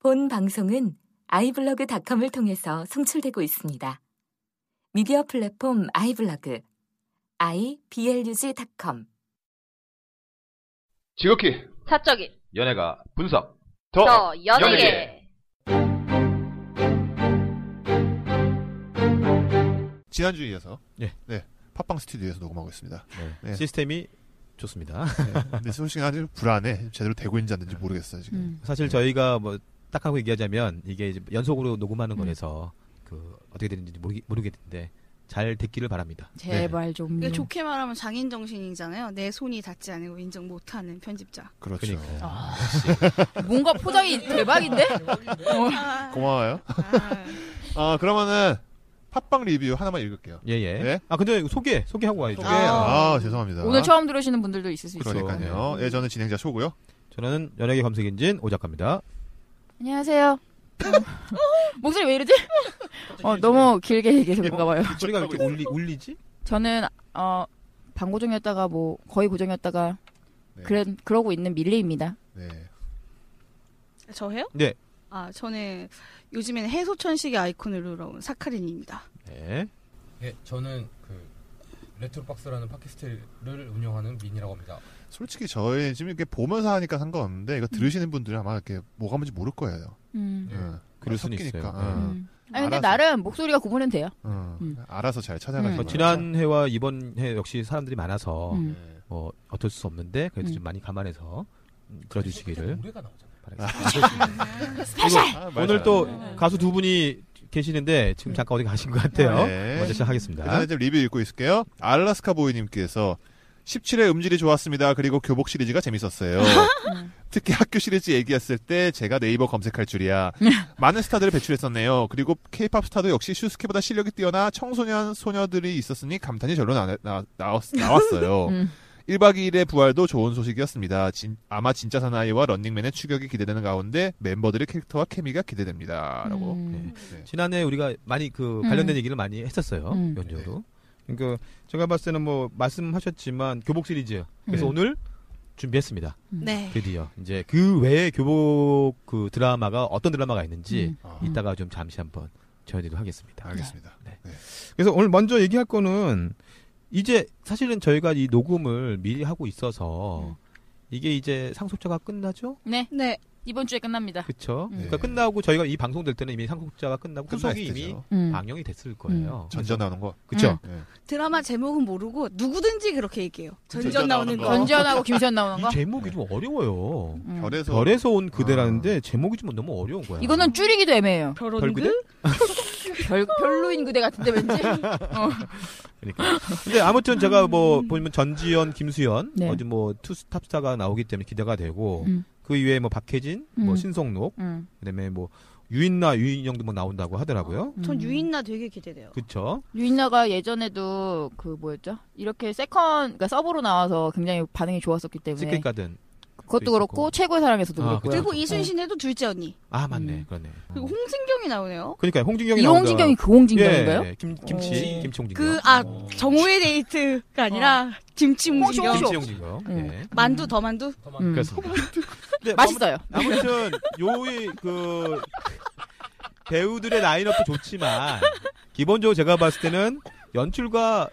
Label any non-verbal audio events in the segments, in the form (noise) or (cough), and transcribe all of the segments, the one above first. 본 방송은 아이블로그닷컴을 통해서 송출되고 있습니다. 미디어 플랫폼 아이블로그 iblog.com 지극히 사적인 연예가 분석 저 연예계 지난주에 이어서 예. 네 팟빵 스튜디오에서 녹음하고 있습니다. 네. 시스템이 좋습니다. 네. 네. 근데 솔직히 아주 불안해 제대로 되고 있는지 안 되는지 모르겠어요 지금. 음. 사실 저희가 뭐 딱 하고 얘기하자면 이게 이제 연속으로 녹음하는 음. 거라서 그 어떻게 되는지 모르, 모르겠는데 잘 듣기를 바랍니다. 제발 네. 좀 이게 그러니까 좋게 말하면 장인 정신이잖아요. 내 손이 닿지 않고 인정 못하는 편집자. 그렇죠. 그러니까요. 아, 뭔가 (laughs) 포장이 대박인데? 아, 고마워요. 아. (laughs) 아 그러면은 팟빵 리뷰 하나만 읽을게요. 예, 예. 네. 아, 근데 소개, 소개하고 와야죠. 소개. 아. 아, 죄송합니다. 오늘 처음 들으시는 분들도 있을 수 네. 있어요. 그러니까요. 예, 저는 진행자 쇼고요. 저는 연예계 검색엔진 오작가입니다. 안녕하세요. 어, 목소리 왜 이러지? 어, 너무 길게 얘기해서 그런가 봐요. 소리가 왜 이렇게 울리, 울리지? 저는 어 반고정이었다가 뭐 거의 고정이었다가 네. 그래 그러고 있는 밀리입니다. 네. 저예요? 네. 아 저는 요즘에는 해소천식의 아이콘을 누러온 사카린입니다. 네. 예, 저는 그 레트로박스라는 팟캐스트를 운영하는 민이라고 합니다. 솔직히 저희 지금 이렇게 보면서 하니까 상관없는데 이거 들으시는 분들은 아마 이렇게 뭐가 뭔지 모를 거예요. 음. 네. 응. 그럴 섞이니까. 예. 수는 있어요. 응. 음. 아니 근데 알아서. 나름 목소리가 구분은 돼요. 응. 음. 어, 알아서 잘 찾아가시고. 음. 뭐 지난 해와 이번 해 역시 사람들이 많아서 음. 뭐 어쩔 수 없는데 그래도 음. 좀 많이 감안해서 음, 들어주시기를 노래가 나오잖아요. 바라겠습니다. (laughs) 아, 오늘 또 네. 가수 두 분이 계시는데 지금 잠깐 어디 가신 것 같아요. 네. 먼저 시작하겠습니다. 그전에 좀 리뷰 읽고 있을게요. 알라스카 보이님께서 17회 음질이 좋았습니다. 그리고 교복 (laughs) 시리즈가 재밌었어요. 음. 음. 네, 음. 특히 학교 시리즈 얘기했을 때 제가 네이버 검색할 줄이야. 많은 스타들을 배출했었네요. 그리고 케이팝 스타도 역시 슈스케보다 실력이 뛰어나 청소년 소녀들이 있었으니 감탄이 절로 나, 나, 나왔, 어요 (laughs) 음. 1박 2일의 부활도 좋은 소식이었습니다. 진- 아마 진짜 사나이와 런닝맨의 추격이 기대되는 가운데 멤버들의 캐릭터와 케미가 기대됩니다. 라고. 음. 네. 지난해 우리가 많이 그 음. 관련된 얘기를 많이 했었어요. 음. 연주로. 그러니까 제가 봤을 때는 뭐 말씀하셨지만 교복 시리즈. 그래서 음. 오늘 준비했습니다. 음. 네. 드디어 이제 그 외에 교복 그 드라마가 어떤 드라마가 음. 있는지 아, 이따가 좀 잠시 한번 전해드리도록 하겠습니다. 네. 알겠습니다. 그래서 오늘 먼저 얘기할 거는 이제 사실은 저희가 이 녹음을 미리 하고 음. 있어서 이게 이제 상속자가 끝나죠? 네 네. 이번 주에 끝납니다. 그렇죠. 음. 그러니까 끝나고 저희가 이 방송 될 때는 이미 상속자가 끝나고 네. 끝날 구성이 이미 때죠. 음. 방영이 됐을 거예요. 전전 나오는 거. 그렇죠. 네. 드라마 제목은 모르고 누구든지 그렇게 얘기해요. 전전 나오는 거. 전지현하고 (laughs) 김지현 나오는 거. 이 제목이 네. 좀 어려워요. 음. 별에서 별에서 온 그대라는데 아. 제목이 좀 너무 어려운 거야. 이거는 줄이기도 애매해요. 결혼 별그대? 그 별, 별로인 그대 같은데 (laughs) 왠지. 어. (laughs) 그러니까. 근데 아무튼 제가 뭐 보면 전지현, 김수현, 네. 어제 뭐 투스탑스타가 나오기 때문에 기대가 되고 음. 그 이외에 뭐 박혜진, 뭐 음. 신성록, 음. 그다음에 뭐 유인나, 유인영도 막 나온다고 하더라고요. 음. 전 유인나 되게 기대돼요. 그렇죠. 유인나가 예전에도 그 뭐였죠? 이렇게 세컨 그러니까 서브로 나와서 굉장히 반응이 좋았었기 때문에 스킨 가든. 그것도 그렇고 있었고. 최고의 사랑에서도 아, 그렇고요. 그쵸. 그리고 뭐 이순신에도 둘째 언니. 아 맞네, 음. 그러네. 그리고 홍진경이 나오네요. 그러니까 홍진경이 나온다. 이홍진경이 그 홍진경인가요? 예, 김 김치, 오. 김치 홍진경. 그 아 정호의 데이트가 아니라 김치 홍진경. 김치 홍진경. 예. 만두 더 만두. 음. 그렇습니다. 근데 맛있어요. 아무튼 요이 그 배우들의 라인업도 좋지만 기본적으로 제가 봤을 때는 연출과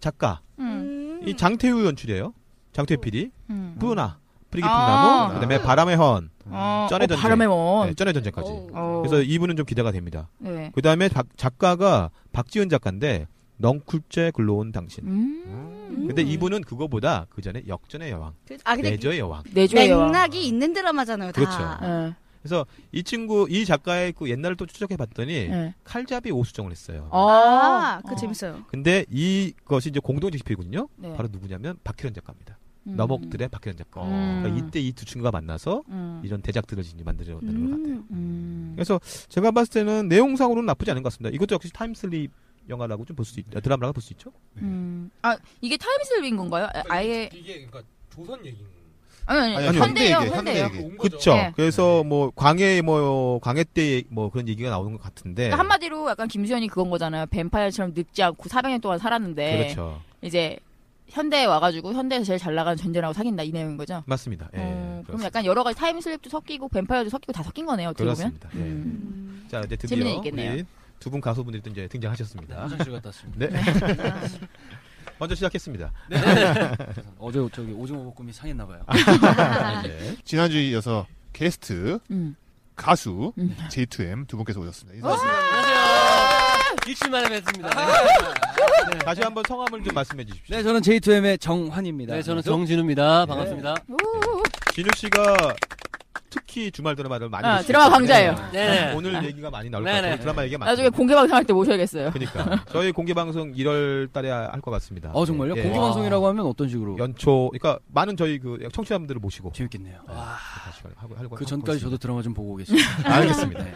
작가 음. 음. 이 장태우 연출이에요. 장태우 PD, 음. 뿌나 프리기 아. 풍나무, 그다음에 바람의 헌, 어, 쩐의 어, 전쟁. 바람의 음. 원. 네, 쩐의 전쟁까지. 어. 그래서 이분은 좀 기대가 됩니다. 네. 그다음에 박- 작가가 박지은 작가인데 넝쿨째 글로온 당신. 음. 근데 이분은 그거보다 그 전에 역전의 여왕, 아 근데 내저의 여왕. 그 내조의 여왕. 맥락이 있는 드라마잖아요. 다. 그렇죠. 예, 그래서 이 친구 이 작가의 그 옛날을 또 추적해 봤더니 예. 칼잡이 오수정을 했어요. 어. 아, 그 어. 재밌어요. 근데 이것이 이제 공동 지식표이군요. 네. 바로 누구냐면 박희련 작가입니다. 음. 너목들의 박희련 작가. 음. 그러니까 이때 이 두 친구가 만나서 음. 이런 대작들을 이제 만들어내는 것 같아요. 음. 음. 그래서 제가 봤을 때는 내용상으로는 나쁘지 않은 것 같습니다. 이것도 역시 타임슬립 영화라고 좀 볼 수 있, 드라마라고 볼 수 있죠. 음. 아 이게 타임슬립인 건가요? 아, 아예 이게 그러니까 네. 조선 얘기인 아니 아니, 아니, 아니 아니, 네, 현대요 현대 얘기, 현대 현대요. 얘기. 온 거죠. 그쵸. 네. 그래서 뭐 광해 뭐 광해 때 뭐 그런 얘기가 나오는 것 같은데. 그러니까 네. 한마디로 약간 김수현이 그건 거잖아요. 뱀파이어처럼 늙지 않고 400년 동안 살았는데 그렇죠. 이제 현대에 와가지고 현대에서 제일 잘 나가는 전제라고 사귄다 이 내용인 거죠. 맞습니다. 예. 어, 그럼 그렇습니다. 약간 여러 가지 타임슬립도 섞이고 뱀파이어도 섞이고 다 섞인 거네요. 어떻게 보면. 그렇습니다. 예. 음. 음. 자, 이제 드디어 재미는 있겠네요. 두 분 가수분들이 또 이제 등장하셨습니다. 화장실 갔다 왔습니다. 네. (laughs) 먼저 시작했습니다. (laughs) 네. (laughs) 어제 저기 오징어 볶음이 상했나 봐요. 아, 네. 지난주 이어서 게스트 음. 가수 음. J2M 두 분께서 오셨습니다. 어? 인사하세요. 안녕하세요. 일주일만에 뵙습니다. 아! 네. 다시 한번 성함을 좀 말씀해 주십시오. (laughs) 네, 저는 J2M의 정환입니다. 네, 저는 정진우입니다. 반갑습니다. 오. 진우 씨가 특히 주말 드라마를 많이 아, 보시죠? 드라마 강자예요. 네. 오늘 얘기가 많이 나올 것 네네. 같아요. 드라마 얘기가 많 나중에 공개 방송할 때 모셔야겠어요. 그러니까 저희 공개 방송 1월 달에 할 것 같습니다. 아, 어, 정말요? 예. 공개 방송이라고 하면 어떤 식으로? 연초 그러니까 많은 저희 그 청취자분들을 모시고 재밌겠네요. 네. 와, 같이 하고 하고 그 하고 전까지 있습니다. 저도 드라마 좀 보고 오겠습니다. (laughs) 알겠습니다. 네.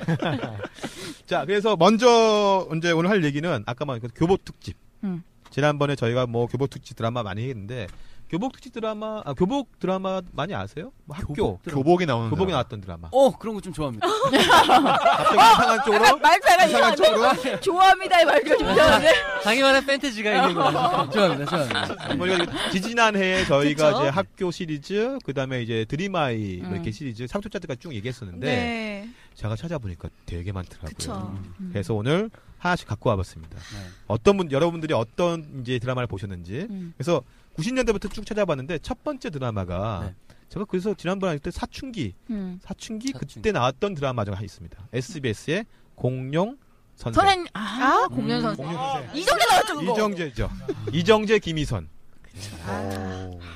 자, 그래서 먼저 이제 오늘 할 얘기는 아까 말한 그 교복 특집. 음. 지난번에 저희가 뭐 교복 특집 드라마 많이 했는데 교복 특집 드라마 아, 교복 드라마 많이 아세요? 뭐 학교 교복 교복이 나오는 교복이 드라마. 나왔던 드라마. 어, 그런 거 좀 (laughs) 좋아합니다. 갑자기 이상한 약간 쪽으로 (laughs) 말투가 이상한 이상한데? 쪽으로 좋아합니다의 말투가 좀 이상한데? 어. 자기만의 팬티지가 있는 거. 좋아합니다, 좋아합니다. 뭐 이거 지지난해에 저희가 그쵸? 이제 학교 시리즈 그다음에 이제 드림아이 뭐 음. 이렇게 시리즈 상속자들까지 쭉 얘기했었는데 네. 제가 찾아보니까 되게 많더라고요. 그쵸. 그래서 오늘 하나씩 갖고 와봤습니다. 네. 어떤 분 여러분들이 어떤 이제 드라마를 보셨는지 음. 그래서 90년대부터 쭉 찾아봤는데 첫 번째 드라마가 제가 그래서 지난번에 할때 사춘기 네. 음. 사춘기 사춘기. 그때 나왔던 드라마 중 하나 있습니다. SBS의 공룡 선생. 선생님, 아, 공연 음. 선생. 공룡 선생. 이정재 나왔죠, 그거? (laughs) 이정재죠. 이정재 김희선.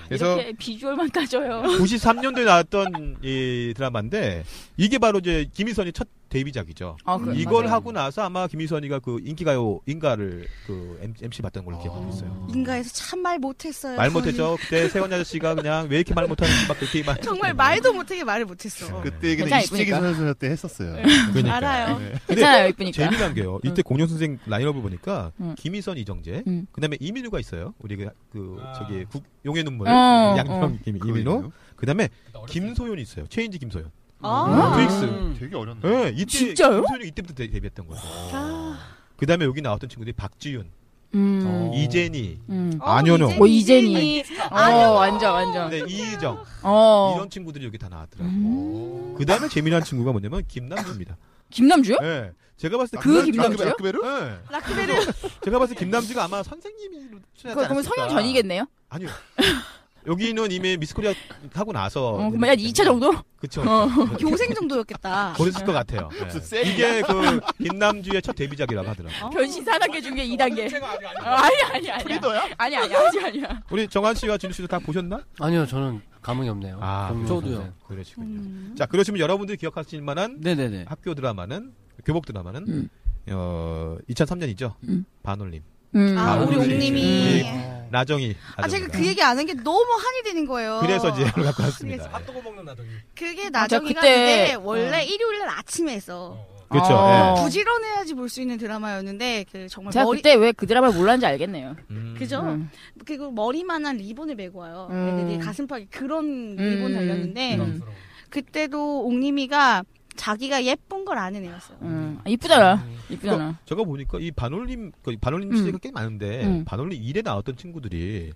그래서 이렇게 비주얼만 (laughs) 따져요. 93년도에 나왔던 이 드라마인데 이게 바로 이제 김희선이 첫 데뷔작이죠. 아, 그래, 이걸 맞아요. 하고 나서 아마 김희선이가 그 인기가요 인가를 그 M- MC 받던 걸로 아. 기억하고 있어요. 인가에서 참 말 못했어요. 말 저는. 못했죠. 그때 세원이 아저씨가 그냥 왜 이렇게 말 못하는지 막 그렇게 막 (laughs) 정말 말도 못하게 말을 못했어. 그러니까. 네. 그때 얘기는 괜찮아, 이시기 이쁘니까. 네. 선수 때 했었어요. 네. 그러니까. 알아요. 괜찮아요, 이쁘니까. 재미난 게요. 이때 공룡 선생 라인업을 보니까 음. 김희선, 이정재, 음. 그다음에 이민우가 있어요. 우리 그, 그 아. 저기 국, 용의 눈물, 어, 양평 어. 김, 이민우, 그다음에 김 김소연이 있어요. 체인지 김소연. 아. 트윅스. 음, 되게 어렸네. 예, 이때 진짜요? 아. 김소연이 이때부터 데, 데뷔했던 거예요. 그다음에 여기 나왔던 친구들이 박지윤, 음. 이재니, 음. 어, 안현호. 이재니, 뭐 이재니. 안현호. 아, 어, 완전, 완전. 근데 네, 이희정 어. 이런 친구들이 여기 다 나왔더라고요. 음. 그다음에 재미난 친구가 뭐냐면 김남주입니다. 김남주요? 예. 제가 봤을 때 그 김남주- 김남주요? 라크베르? 예. 라크베르. (laughs) 제가 봤을 때 김남주가 아마 선생님으로 출연하지 그러면 성형 않았을까. 전이겠네요? 어, 아니요. 여기는 이미 미스코리아 하고 나서 어, 그러면 약 2차 정도? 그쵸. 어. (laughs) 교생 정도였겠다. 네. 그랬을 것 같아요. 예. 무슨 세- 이게 그 김남주의 첫 데뷔작이라고 하더라고요. 어? 변신 사납게 준 게 2단계. 제가 아직 안 아니, 아니, 아니. 리더야? 아니, 아니, 아니, 아니야. 우리 정한 씨와 진우 씨도 다 보셨나? 아, 아니요, 저는 감흥이 없네요. 그럼 저도요. 그러시군요. 음. 자, 그러시면 여러분들이 기억하실 만한 네네네. 학교 드라마는 교복 드라마는 음. 어 2003년이죠. 음. 반올림. 음. 아, 우리 음. 옥님이. 나정이. 아, 제가 나정이가. 그 얘기 안 한 게 너무 한이 되는 거예요. 그래서 이제 이걸 갖고 왔습니다. 핫도그 먹는 나더니 아, 그게 제가 나정이가 그때- 근데 원래 일요일 날 아침에 해서 그렇죠. 어. 부지런해야지 볼 수 있는 드라마였는데 그 정말 제가 머리 그때 왜 그 드라마를 몰랐는지 알겠네요. 예. 음. 그죠? 음. 그리고 머리만한 리본을 메고 와요. 음. 애들이 가슴팍에 그런 리본 음. 달렸는데 음. 부담스러워. 그때도 옥님이가 자기가 예쁜 걸 아는 애였어요. 음. 아, 이쁘잖아. 이쁘잖아. 제가 보니까 이 반올림 그 반올림 음. 시대가 꽤 많은데 음. 반올림 1에 나왔던 친구들이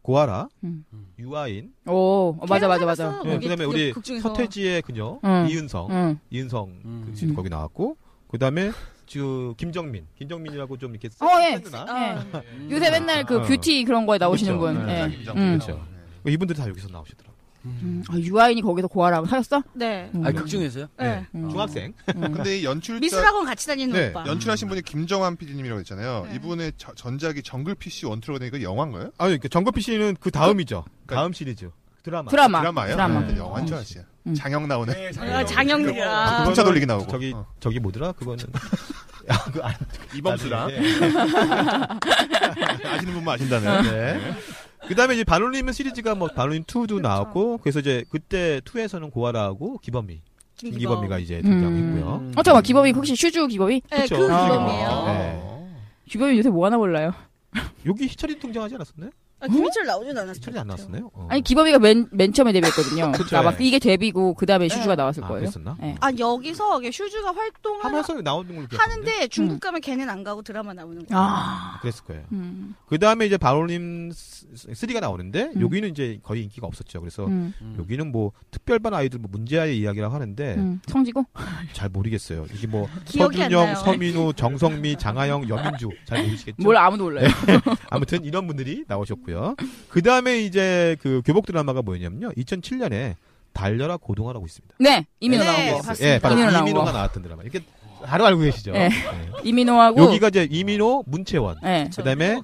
고아라, 음. 유아인, 오, 어, 맞아, 맞아, 걔랑 맞아. 살았어, 예, 거기 그다음에 우리 극 중에서. 서태지의 그녀 음. 이윤성, 응. 이윤성 음. 그 씨도 음. 거기 나왔고 그다음에 지금 김정민, 김정민이라고 좀 이렇게 어, 예. 나 예. 아, 요새 맨날 그 어. 뷰티 그런 거에 나오시는 그쵸. 분. 네. 예. 김장 음. 김장. 이분들이 다 여기서 나오시더라고. 요 음. 아, 유아인이 거기서 고아라고 사귀었어? 네. 아, 극중에서요? 네. 음. 중학생. (laughs) 음. 근데 이 연출자 미술학원 같이 다니는 네. 오빠. 연출하신 분이 김정환 PD님이라고 했잖아요. 네. 이분의 저- 전작이 정글 PC 원투로 된 그 영화인가요? 아니 그러니까 정거피 씨는 그 다음이죠. 그- 다음 시리즈 드라마. 드라마. 드라마예요. 드라마. 네, 영화인 줄 알았어요. 음. 장영 나오네. 그 네, 아, 장영이가. 자동차 돌리기 (laughs) 나오고. 저기 어. 아, 저기 뭐더라? (laughs) 그거는 이범수랑 나중에. (laughs) 아시는 분만 아신다면. 네. 그다음에 이제 반올림 시리즈가 뭐 반올림 2도 나왔고 그래서 이제 그때 2에서는 고아라하고 기범이 김기범이가 이제 등장했고요. 음. 어, 잠깐만, 기범이 혹시 슈즈 기범이? 네, 그 그쵸. 기범이에요. 아. 네. 기범이 요새 뭐 하나 몰라요? 여기 희철이 등장하지 않았었나요? 아, 김희철 나오진 않았어요. 철이 안 나왔었나요? 어. 아니 기범이가 맨, 맨 처음에 데뷔했거든요. 그쵸, 아마 예. 이게 데뷔고 그 다음에 슈즈가 나왔을 아, 거예요. 그랬었나? 예. 아 여기서 이게 슈즈가 활동을 하, 하면서 나오는 걸로 는데 중국 음. 가면 걔는 안 가고 드라마 나오는 거야. 아, 그랬을 거예요. 음, 그 다음에 이제 바로님 3가 나오는데 음. 여기는 이제 거의 인기가 없었죠. 그래서 음, 여기는 뭐 특별반 아이들 뭐 문제아이 이야기라고 하는데 음. 성지고? (laughs) 잘 모르겠어요. 이게 (laughs) 뭐 기억이 안 서준영, 나요. 서민우, 정성미, 장하영, 여민주 잘 모르시겠죠? 네. 뭘 아무도 몰라요. (laughs) 아무튼 이런 분들이 나오셨고요. 그 다음에 이제 그 교복 드라마가 뭐였냐면요. 2007년에 달려라 고동화라고 있습니다. 네, 이민호 네, 나온 거. 봤습니다. 예, 바로 이민호 나온 이민호가 거. 나왔던 드라마. 이렇게 바로 알고 계시죠? 예. 예. 이민호하고. 여기가 이제 이민호, 문채원. 예. 그 다음에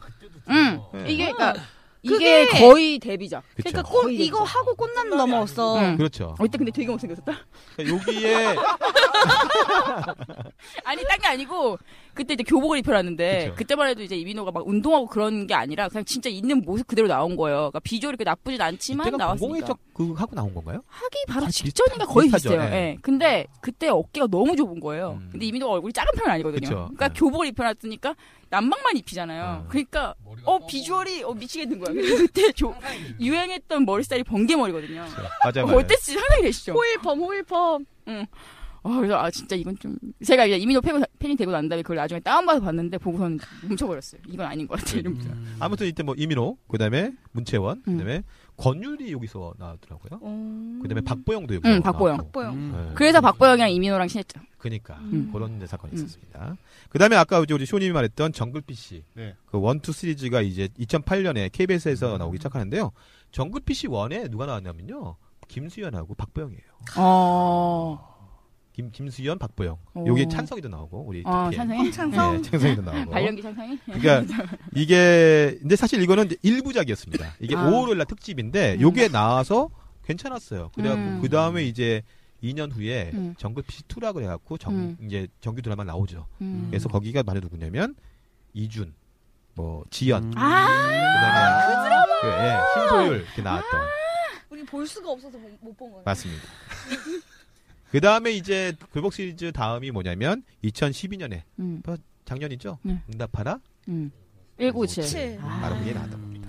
음, 예. 이게 그러니까 그게- 이게 거의 데뷔작. 그러니까 그렇죠. 꽃 이거 하고 꽃난 넘어왔어. 음. 그렇죠. 어, 이때 근데 되게 못생겼었다. 그러니까 여기에 아니 딴 게 아니고 그때 이제 교복을 입혀놨는데 그쵸. 그때만 해도 이제 이민호가 막 운동하고 그런 게 아니라 그냥 진짜 있는 모습 그대로 나온 거예요. 그러니까 (laughs) 비주얼이 그렇게 나쁘진 않지만 이때가 나왔으니까. 공공의적 그 하고 나온 건가요? 하기 바로 거의 직전인가 비슷- 거의 비슷하죠. 비슷해요. 예. 예. 근데 그때 어깨가 너무 좁은 거예요. 음. 근데 이민호가 얼굴이 작은 편은 아니거든요. 그쵸. 그러니까 예. 교복을 입혀놨으니까 난방만 입히잖아요. 아. 그러니까 머리가 어 뻗어. 비주얼이 어 미치게 된 거야. 근데 그때 조- 유행했던 머리 스타일이 번개 머리거든요. (laughs) 맞아요. 어, 맞아요. 어땠지 상상이 되시죠? 호일펌 호일펌. 아, 그래서 아 진짜 이건 좀 제가 이제 이민호 팬- 팬이 되고 난 다음에 그걸 나중에 다운받아 봤는데 보고서는 뭉쳐버렸어요. 이건 아닌 것 같아. 이러면서. 아무튼 이때 뭐 이민호, 그 다음에 문채원, 음. 그 다음에 권율이 여기서 나왔더라고요. 어. 그 다음에 박보영도 여기서 음, 박보영. 나왔고. 박보영. 예. 그래서 박보영이랑 이민호랑 친했죠. 그니까 음. 그런 데 사건이 음. 있었습니다. 그다음에 아까 이제 우리 쇼님이 말했던 정글피 씨, 네. 그 원투 시리즈가 이제 2008년에 KBS에서 나오기 시작하는데요. 정글피 씨 원에 누가 나왔냐면요, 김수현하고 박보영이에요. 어. 김 김수현, 박보영. 오. 여기 찬성이도 나오고 우리 어, TPM. 찬성이? 예, 찬성이도 나오고. (laughs) 발령기 찬성이? (laughs) 그러니까 이게 근데 사실 이거는 이제 일부작이었습니다. 이게 아. 5월 1날 특집인데 음. 요게 나와서 괜찮았어요. 그다 음. 그 다음에 이제 2년 후에 음. 정글피 2라 그래갖고 정 음. 이제 정규 드라마 나오죠. 음. 그래서 거기가 말해 누구냐면 이준, 뭐 지연, 아, 그다음에 그 예, 신소율 이렇게 나왔던 우리 볼 수가 없어서 못 본 거예요. 맞습니다. (laughs) 그 다음에 이제 교복 시리즈 다음이 뭐냐면 2012년에 음, 뭐 작년이죠. 네. 아. 응답하라 음. 197. 바로 그게 나왔던 겁니다.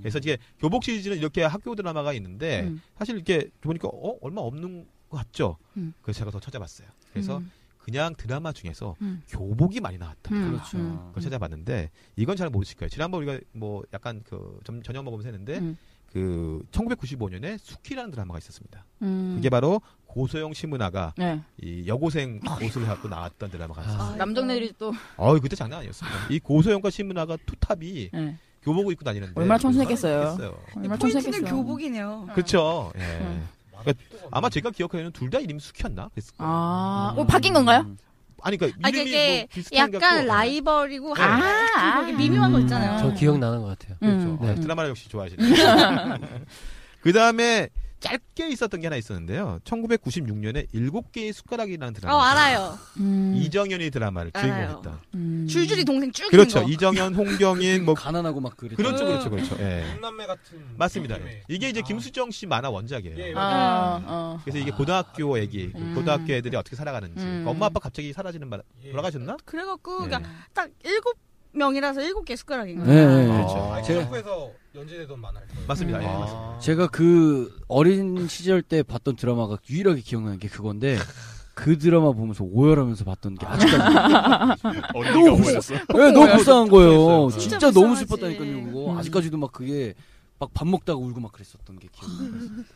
그래서 이게 교복 시리즈는 이렇게 학교 드라마가 있는데 음. 사실 이렇게 보니까 어 얼마 없는 것 같죠. 음. 그래서 제가 더 찾아봤어요. 그래서 음. 그냥 드라마 중에서 음. 교복이 많이 나왔다. 음. 그렇죠. 음. 그걸 찾아봤는데 이건 잘 모르실 거예요. 지난번 우리가 뭐 약간 그 점- 저녁 먹으면서 했는데 음. 그 1995년에 숙희라는 드라마가 있었습니다. 음. 그게 바로 고소영 신문아가 네. 이 여고생 옷을 갖고 나왔던 드라마가 있었어요. 아. 남정네들이 또 어이 그때 장난 아니었습니다. 이 고소영과 신문아가 투탑이 네. 교복을 입고 다니는데 얼마나 그걸 청순했겠어요. 사랑했겠어요. 얼마나 포인트는 청소했겠어요. 교복이네요. 그렇죠. 예. 음. 아마 제가 기억하기에는 둘 다 이름 숙희였나? 그랬을 거예요. 아, 어, 바뀐 건가요? 아니 그러니까 아 이름이 이게 뭐 비슷한 게 약간 없고. 라이벌이고 네. 아, 아, 그게 미묘한 거 있잖아요. 음. 저 기억나는 것 같아요. 음. 네, (laughs) 음. 드라마를 역시 좋아하시네요. 그 다음에 짧게 있었던 게 하나 있었는데요. 1996년에 일곱 개의 숟가락이라는 드라마. 어 알아요. 음. 이정현이 드라마를 알아요. 주인공했던. 음. 줄줄이 동생 쭉 그렇죠. 있는 거. 이정현, 홍경인 뭐 가난하고 막 그랬죠. 그렇죠, 그렇죠, 그렇죠. 예. 남매 같은 맞습니다. 느낌의. 이게 이제 아. 김수정 씨 만화 원작이에요. 예, 아. 아, 어. 그래서 이게 고등학교 애기, 그 음. 고등학교 애들이 어떻게 살아가는지. 음. 엄마 아빠 갑자기 사라지는 바람 예. 돌아가셨나? 그래갖고 예. 그러니까 딱 일곱 명이라서 일곱 개 숟가락인 거예요. 네, 네, 네. 그렇죠. 아니, 제- 한국에서 연재되던 만화일 거예요. 맞습니다. 음. 예, 아. 맞습니다. 제가 그 어린 시절 때 봤던 드라마가 유일하게 기억나는 게 그건데 그 드라마 보면서 오열하면서 봤던 게 아직까지 언니가 오셨어. 예, 너무 불쌍한 거예요. 불쌍했어요. 진짜, 진짜 너무 불쌍하지. 슬펐다니까요. 그거 음. 아직까지도 막 그게 막 밥 먹다가 울고 막 그랬었던 게 기억나요.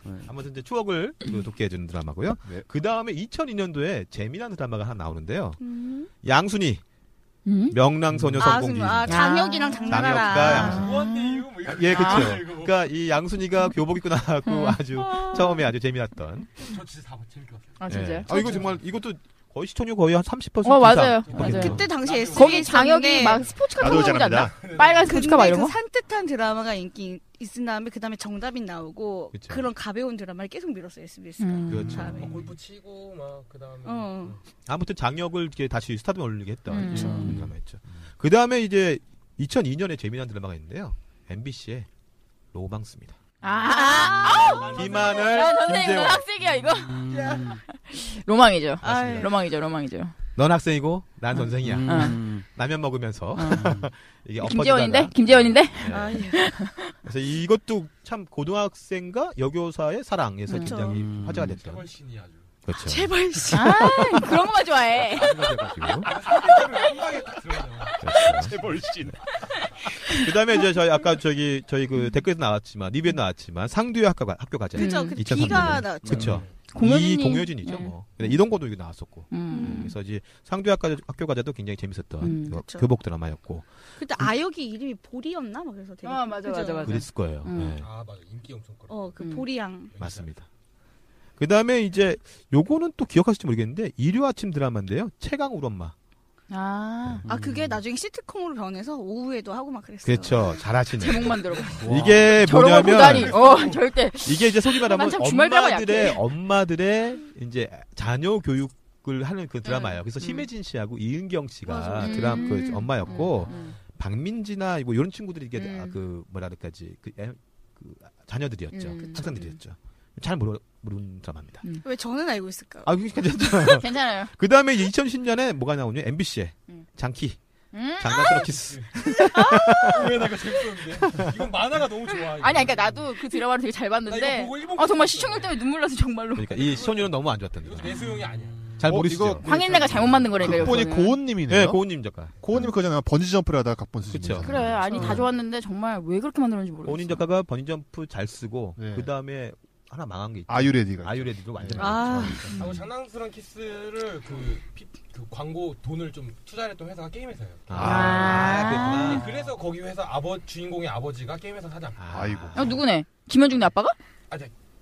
네. 아무튼 이제 추억을 그 돋게 해주는 드라마고요. 네. 그 다음에 2002년도에 재미라는 드라마가 하나 나오는데요. 음. 양순이 음? 명랑소녀 아, 성공기. 지금 아 장혁이랑 장혁과 장나라라. 양승. 무한대 이유 뭐 이런 예, 그쵸. 아, 이거 뭐. 그러니까 이 양순이가 교복 입고 나왔고 음. 아주 처음에 아주 재미났던. 저 진짜 다 재밌게 봤어요. 아, 진짜요? 예. 아 이거 정말 이것도 거의 시청률 거의 한 30% 어, 이상. 맞아요. 이렇게 맞아요. 됐죠. 그때 당시 SBS 거기 장혁이 막 스포츠카 타고 나도 나오지 않나? 잘합니다. 빨간 스포츠카 막 근데 이런 그 거? 산뜻한 드라마가 인기 있은 다음에 그 다음에 정답이 나오고 그쵸. 그런 가벼운 드라마를 계속 밀었어요 SBS가. 음. 그렇죠. 다음에. 막 어, 골프 치고 막 그다음에 어. 아무튼 장혁을 이렇게 다시 스타덤에 올리게 했던 음. 그런 드라마였죠. 그 다음에 이제 2002년에 재미난 드라마가 있는데요. MBC의 로망스입니다. 아, 김하늘, 아, 선생님, 이거 김재원. 학생이야, 이거? 로망이죠. 아유. 로망이죠, (laughs) 로망이죠. 음. 넌 학생이고 난 선생이야. 음, 음. (laughs) 라면 먹으면서 (laughs) 이게 음. 김재원인데? 엎어지다가. 김재원인데? 네. 예. 그래서 이것도 참 고등학생과 여교사의 사랑에서 그렇죠. 굉장히 음. 화제가 됐던. 재벌 신이 아주 그렇죠. 제발 씨. 아, 그런 거만 좋아해. 화제가 돼가지고. 한 방에 딱 들어가요. 재벌 신. (laughs) 그다음에 이제 저희 아까 저기 저희 그 댓글에서 나왔지만 리뷰에 나왔지만 상듀의 학교 가- 학교 가자. 그죠? 음. 그 2003 비가 년에. 나왔죠. 음. 그렇죠. 이 공효진이- 공효진이죠. 네. 뭐. 근데 이동고도 이게 나왔었고. 음. 그래서 이제 상듀 학과 학교 과제도 굉장히 재밌었던 음. 그 그쵸. 교복 드라마였고 그때 아역이 이름이 보리였나? 뭐 그래서 음? 되게 아, 맞아, 그죠? 맞아, 맞아. 그랬을 거예요. 음. 네, 아 맞아 인기 엄청 끌어. 어, 그 음. 보리양. 맞습니다. 그다음에 이제 요거는 또 기억하실지 모르겠는데 일요 아침 드라마인데요. 최강 우리 엄마. 아, 아, 그게 나중에 시트콤으로 변해서 오후에도 하고 막 음. 그랬어요. 그렇죠. 잘하시네. 제목만 들어봐. (laughs) 이게 저런 거 보다니. 뭐냐면 (laughs) 어, 절대. 이게 이제 소위 말하면 난 참 주말 드라마 엄마들의 엄마들의 이제 자녀 교육을 하는 그 드라마예요. 그래서 음. 심혜진 씨하고 이은경 씨가 맞아. 드라마 그 음. 엄마였고 음. 박민지나 뭐 이런 친구들이 이게 음. 아, 그 뭐라 그럴까지 그, 애- 그 자녀들이었죠. 음. 학생들이었죠. 잘 모르 모르는 드라마입니다. 왜 저는 알고 있을까요? 아, 괜찮죠. (laughs) 괜찮아요. 그 다음에 2010년에 뭐가 나오냐? MBC에 음. 장키 음? 아! 장난스러운 키스. 왜 내가 재밌었는데? 이건 만화가 너무 좋아. 이거. 아니, 그러니까 나도 그 드라마를 되게 잘 나 이거 봤는데. 보고 일본. 아, 정말 시청률 때문에 눈물 나서 정말로. 그러니까 이 시청률은 너무 안 좋았던 이거 거죠. 내 수용이 아니야. 잘 어, 모르시죠? 이거- 황인내가 잘못 만든 거라니까. 각본이 이거는. 네, 고은님이네요. 고은님 작가. 고은님 그잖아요. 번지 점프를 하다가 각본 쓰신 그쵸. 분이잖아요. 그래, 아니 다 어. 좋았는데 정말 왜 그렇게 만들었는지 모르겠어. 고은님 작가가 버니점프 잘 쓰고 네. 그 다음에 하나 망한 게 있죠. 아유레디가. 아유레디도 완전 네. 망했죠. 하고 아, 뭐 장난스러운 키스를 그, 피- 그 광고 돈을 좀 투자했던 회사가 게임 회사예요. 아, 아. 그랬구나. 그래서 거기 회사 아버 주인공의 아버지가 게임 회사 사장. 아, 아이고. 어, 누구네? 김현중네 아빠가?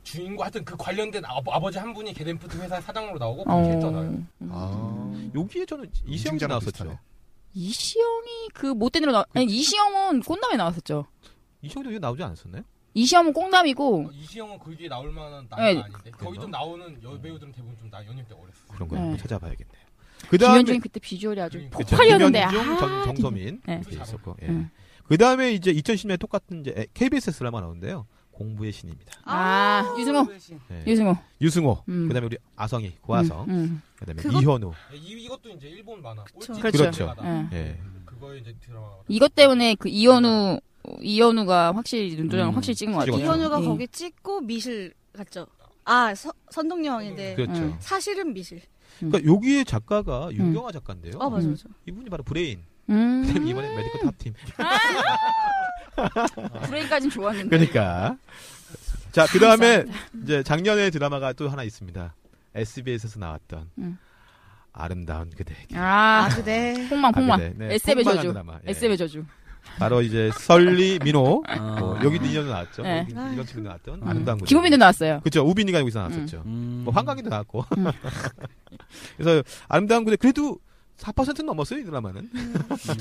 주인공 하여튼 그 관련된 아, 버지한 분이 게덴프트 회사 사장으로 나오고 어. 캐릭터 나요. 아. 음, 여기에 저는 이시영도 인증자랑 나왔었죠. 비슷하네. 이시영이 그 못된 일로 나 아니 이시영은 꽃남에 나왔었죠. 이시영도 여기 나오지 않았었나요? 이시영은 아, 꽁남이고 이시영은 거기에 나올 만한 나이가 네. 아닌데 그래요? 거기 좀 나오는 여배우들은 대부분 좀 나 연입 때 어렸어. 그런 거 네. 한번 찾아봐야겠네요. 그 김현중이 그때 비주얼이 아주 그러니까. 그쵸. 폭발이었는데 아, 김현중, 정, 정서민 네. 이렇게 있었고. 예. 음. 그 다음에 이제 2010년에 똑같은 이제 에, KBS 드라마 나오는데요. 공부의 신입니다. 아, 유승호. 예. 유승호. 유승호. 음. 그다음에 우리 아성이 고아성. 음, 음. 그다음에 그거- 이현우. 네, 이, 이것도 이제 일본 만화. 그쵸. 꼴찌 그렇죠. 만화다. 음. 예. 예. 그거에 이제 드라마. 이것 때문에 그 이현우 이현우가 확실히 음, 눈도장 을 확실히 찍은 것 같아요. 찍었죠. 이현우가 예. 거기 찍고 미실 갔죠. 아, 서, 선동여왕인데 그렇죠. 음. 사실은 미실. 그러니까 여기에 작가가 윤경아 작가인데요. 음. 아, 맞아, 맞아. 이분이 바로 브레인. 음. 그다음에 이번에 메디컬 탑팀. (laughs) 브레이까진 좋았는데. 그러니까. 자, 그 다음에 이제 작년에 드라마가 또 하나 있습니다. SBS에서 나왔던 음. 아름다운 그대에게. 아, 아, 그대. 폭망 폭망. 그대. 네, SF의 폭망한 저주. 드라마. 예. SF의 저주. 바로 이제 설리 민호 아. 뭐 여기도 이년도 나왔죠. 네. 여기 이런 친구 나왔던 음. 아름다운 그대. 김우빈도 나왔어요. 그렇죠. 우빈이가 여기서 나왔었죠. 음. 뭐 환각이도 나왔고. (laughs) 그래서 아름다운 그대 그래도 4%는 넘었어요 이 드라마는.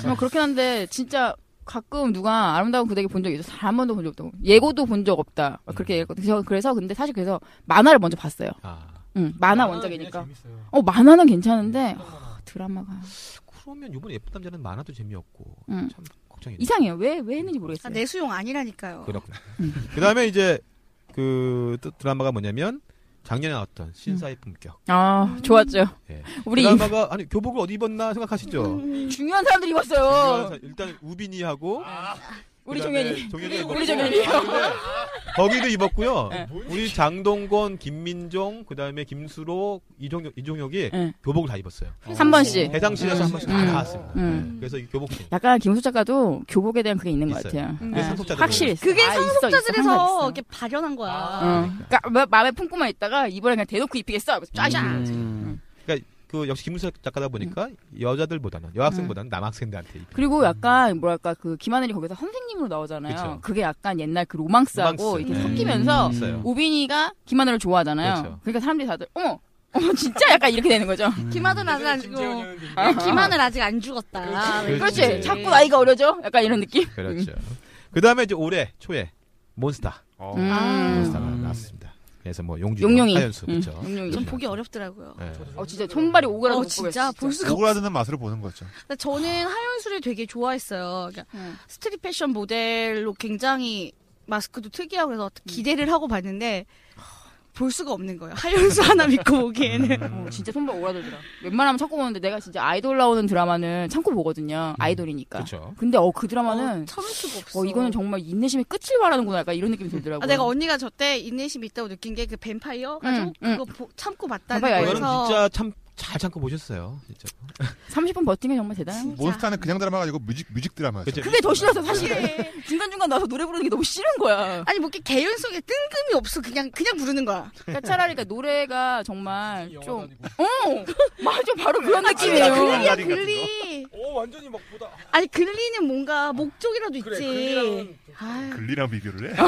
어, 그렇긴 한데 진짜 가끔 누가 아름다운 그대기 본 적이 있어 사한 번도 본 적 없다고 예고도 본 적 없다 막 그렇게 얘기했거든 그래서, 그래서 근데 사실 그래서 만화를 먼저 봤어요 음. 아 응 만화 만화는 원작이니까 그냥 재밌어요. 어 만화는 음. 괜찮은데 아, 일본 만화. 드라마가 그러면 이번 예쁜 남자는 만화도 재미없고 음. 참 걱정이. 이상해요 왜 왜 했는지 아, 모르겠어요 내 수용 아니라니까요. 그렇구나. 그 다음에 이제 그 또 드라마가 뭐냐면 작년에 나왔던 신사의 품격. 아 좋았죠 예. 음. 우리 음. 드라마가 아니 교복을 어디 입었나 생각하시죠? 중요한 사람들이 입었어요 일단 우빈이하고 우리 그다음에 종현이 종현이가 우리 입었고. 아, 종현이요 거기도 입었고요. 네. 우리 장동건, 김민종, 그 다음에 김수로, 이종혁, 이종혁이 네. 교복을 다 입었어요. 한 번씩 해상실에서 한 번씩 다 음. 나왔습니다. 음. 네. 그래서 이 교복신. 약간 김수 작가도 교복에 대한 그게 있는 것 있어요. 같아요 그게 예. 상속자들은. 확실히 있어. 그게 아, 있어, 있어. 항상 상속자들에서 있어. 이렇게 발현한 거야. 아, 네. 어. 그러니까 마- 마음에 품고만 있다가 이번에 그냥 대놓고 입히겠어. 하면서 짜잔. 음. 그 역시 김수로 작가다 보니까 음. 여자들보다는 여학생보다는 남학생들한테 입. 그리고 약간 뭐랄까 그 김하늘이 거기서 선생님으로 나오잖아요. 그쵸. 그게 약간 옛날 그 로망스하고 로망스. 이렇게 음, 네. 섞이면서 있어요. 우빈이가 김하늘을 좋아하잖아요. 그렇죠. 그러니까 사람들이 다들 어머 어머 진짜 약간 이렇게 되는 거죠. 김하늘 예전에 아직 안 김재현이 죽어. 하는데 이제 아. 김하늘 아직 안 죽었다. 그렇지. 그렇지. 네. 자꾸 나이가 어려져. 약간 이런 느낌. 그렇죠. 그 다음에 이제 올해 초에 몬스타. 음. 몬스타가 음. 나왔습니다. 그래서 뭐 용주, 용용이. 하연수 음, 그렇죠. 용용이. 전 보기 어렵더라고요. 예. 어 진짜 손발이 오그라들고 어, 진짜 볼 수가 없어. 오그라드는 맛으로 보는 거죠. 근데 저는 하연수를 되게 좋아했어요. 그러니까 음. 스트릿 패션 음. 모델로 굉장히 마스크도 특이하고 그래서 기대를 하고 봤는데 볼 수가 없는 거예요. 하연수 하나 믿고 보기에는. (laughs) 어, 진짜 손발 오라들더라. 웬만하면 참고 보는데 내가 진짜 아이돌 나오는 드라마는 참고 보거든요. 아이돌이니까. 그렇죠. 근데 어 그 음, 어, 드라마는 참을 수가 없어. 어 이거는 정말 인내심의 끝을 말하는구나 약간 이런 느낌이 들더라고. 아, 내가 언니가 저 때 인내심 이 있다고 느낀 게 그 뱀파이어 응, 가지고 그거 보- 참고 봤다는 음, 뱀파이어 이거는 거에서 진짜 아, 참 잘 참고 보셨어요. 진짜. 30분 버티는 게 정말 대단한. 거. 몬스타는 그냥 드라마가 아니고 뮤직 뮤직 드라마였죠. 그치? 그게 더 싫어서 사실은 중간 중간 나와서 노래 부르는 게 너무 싫은 거야. 네. 아니 뭐게 개연 속에 뜬금이 없어 그냥 그냥 부르는 거야. 그러니까 차라리 그러니까 노래가 정말 좀 영화도 아니고. 어 (laughs) 맞아 바로 그런 근데 느낌이에요. 글리야 날인 같은 글리. 오 어, 완전히 막 보다 아니 글리는 뭔가 목적이라도 있지. 그래 글리랑은 좀 아유, 글리랑 비교를 해?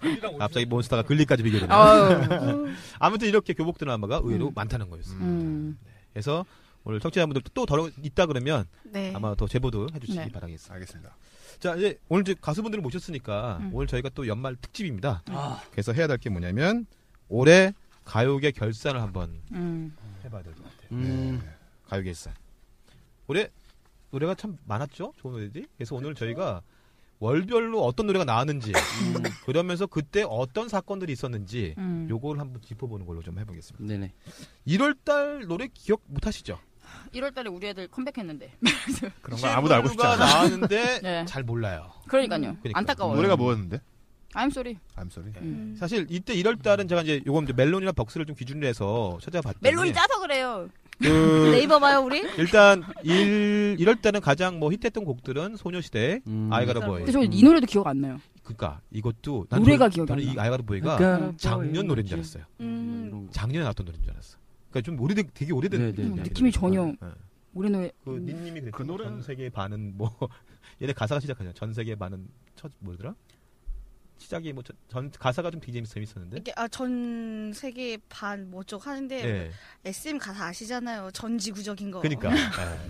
글리랑 어디서 갑자기 몬스타가 글리까지 비교되네. 아유. (laughs) 아무튼 이렇게 교복 드라마가 의외로 많다는 거였어요. 음. 그래서 오늘 청취자분들 또 더러 있다 그러면 네. 아마 더 제보도 해주시기 네. 바라겠습니다. 알겠습니다. 자 이제 오늘 이제 가수분들을 모셨으니까 음. 오늘 저희가 또 연말 특집입니다. 아. 그래서 해야 될 게 뭐냐면 올해 가요계 결산을 한번 음. 해봐야 될 것 같아요. 음. 가요 결산. 올해 노래가 참 많았죠. 좋은 노래들이. 그래서 오늘 그렇죠. 저희가 월별로 어떤 노래가 (laughs) 나왔는지 그러면서 그때 어떤 사건들이 있었는지 음. 요거를 한번 짚어보는 걸로 좀 해보겠습니다. 네네. 1월달 노래 기억 못하시죠? 1월달에 우리 애들 컴백했는데. (laughs) 그런 거 아무도 알고 싶지 가 않아. 나왔는데 (laughs) 네. 잘 몰라요. 그러니까요. 그러니까. 안타까워요. 노래가 뭐였는데? I'm sorry. I'm sorry. 음. 사실 이때 1월달은 제가 이제 요거 이제 멜론이나 벅스를 좀 기준으로 해서 찾아봤더니 멜론이 짜서 그래요. 네, (laughs) 그 네이버 봐요 우리. 일단 1 1월달은 가장 뭐 히트했던 곡들은 소녀시대 음. 그렇죠. 아이가라보이. 근데 저이 노래도 기억 안 나요. 그러니까 이것도 노래가 저- 기억이 저는 안 이 나. 아이가라보이가 그러니까 작년 노래인 줄 알았어요. 음. 이런 거. 작년에 나왔던 노래인 줄 알았어. 그러니까 좀 오래된 되게 오래된 네, 네, 네. 느낌이 전혀- 네. 올해 노래. 그 음. 님님이 그랬던 그 거, 노래는- 전 세계 반은 뭐 (laughs) 얘네 가사가 시작하잖아. 전 세계 반은 첫 뭐더라? 시작이 뭐 전 가사가 좀 되게 재밌- 재밌었는데. 이게 아전 세계 반 뭐쪽 하는데 예. SM 가사 아시잖아요. 전 지구적인 거. 음. 그러니까. 예.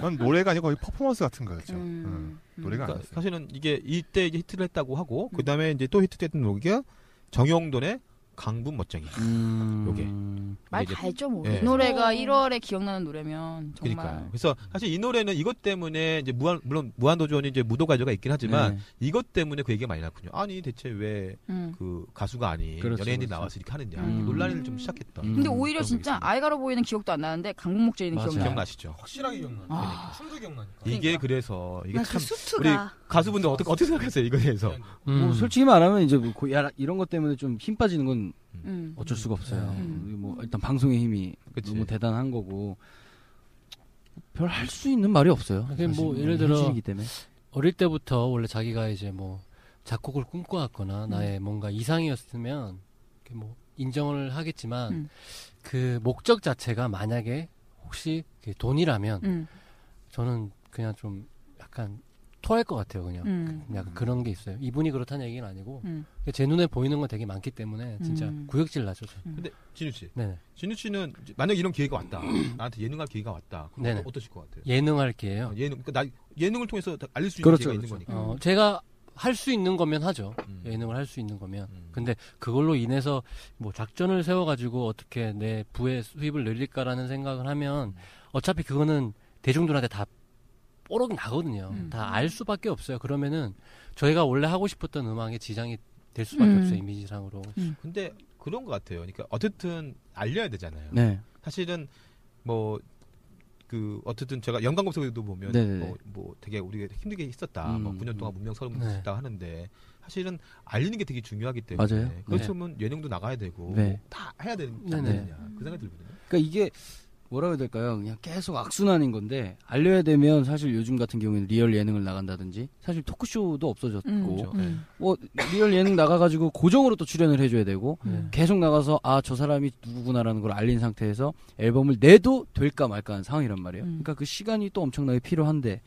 난 어. 노래가 아니고 거의 퍼포먼스 같은 거였죠. 음. 응. 노래가 그러니까 아니었어요. 사실은 이게 이때 이제 히트를 했다고 하고 음. 그다음에 이제 또 히트됐던 곡이가 정용돈의 강분 멋쟁이. 음. 요게. 말 이제- 다 했죠 뭐. 예. 이 노래가 1월에 기억나는 노래면 정말. 그러니까 그래서 사실 이 노래는 이것 때문에 이제 무한 물론 무한도전이 이제 무도가요가 있긴 하지만 네. 이것 때문에 그 얘기가 많이 났군요. 아니 대체 왜 그 음. 가수가 아닌 그렇죠, 연예인이 그렇죠. 나와서 이렇게 하느냐 음. 논란을 좀 시작했던. 음. 근데 오히려 그런 진짜 게 있습니다. 아이가로 보이는 기억도 안 나는데 강목재는 맞아요. 기억나. 기억나시죠? 확실하게 기억나. 아. 아. 춤도 기억나니까. 그러니까. 이게 그래서 이게 나그 참 수트가 우리 가수분들 그러니까 어떻게 어떻게 생각하세요 이거에 대해서? 뭐 솔직히 말하면 이제 뭐 고- 야, 이런 것 때문에 좀 힘 빠지는 건 음. 어쩔 수가 없어요. 음. 이게 뭐 일단 방송의 힘이 그치. 너무 대단한 거고 별 할 수 있는 말이 없어요. 근데 뭐 사실. 예를 들어 현실이기 때문에 어릴 때부터 원래 자기가 이제 뭐 작곡을 음. 꿈꿔왔거나 나의 뭔가 이상이었으면 이렇게 뭐 인정을 하겠지만 음. 그 목적 자체가 만약에 혹시 그 돈이라면 음. 저는 그냥 좀 약간 토할 것 같아요 그냥 음. 약간 그런 게 있어요 이분이 그렇다는 얘기는 아니고 음. 제 눈에 보이는 건 되게 많기 때문에 진짜 음. 구역질 나죠 저. 근데 진우 씨, 네네 진우 씨는 이제 만약 이런 기회가 왔다, 나한테 예능할 기회가 왔다, 그럼 음. 네네. 어떠- 어떠실 것 같아요? 예능할 기회요 예능, 그러니까 나 예능을 통해서 다 알릴 수 있는 그렇죠, 기회가 그렇죠. 있는 거니까. 어, 제가 할 수 있는 거면 하죠 음. 예능을 할 수 있는 거면 음. 근데 그걸로 인해서 뭐 작전을 세워가지고 어떻게 내 부의 수입을 늘릴까라는 생각을 음. 하면 어차피 그거는 대중들한테 다 뽀록 나거든요. 음. 다 알 수밖에 없어요. 그러면은 저희가 원래 하고 싶었던 음악에 지장이 될 수밖에 음. 없어요. 이미지상으로. 근데 그런 것 같아요. 그러니까 어쨌든 알려야 되잖아요. 네. 사실은 뭐. 그 어쨌든 제가 연관 검색에도 보면 네네네. 뭐, 뭐 되게 우리가 힘들게 했었다. 음. 뭐 9년 동안 문명 서름 네. 했다 하는데 사실은 알리는 게 되게 중요하기 때문에 맞아요. 그렇다면 예능도 나가야 되고 네. 뭐다 해야 되는 게 네. 네네. 아니냐 그 생각이 들거든요. 그러니까 이게 뭐라고 해야 될까요? 그냥 계속 악순환인 건데 알려야 되면 사실 요즘 같은 경우에는 리얼 예능을 나간다든지 사실 토크쇼도 없어졌고 음. 그렇죠. 음. 뭐 리얼 예능 나가가지고 고정으로 또 출연을 해줘야 되고 음. 계속 나가서 아 저 사람이 누구구나라는 걸 알린 상태에서 앨범을 내도 될까 말까한 상황이란 말이에요. 음. 그러니까 그 시간이 또 엄청나게 필요한데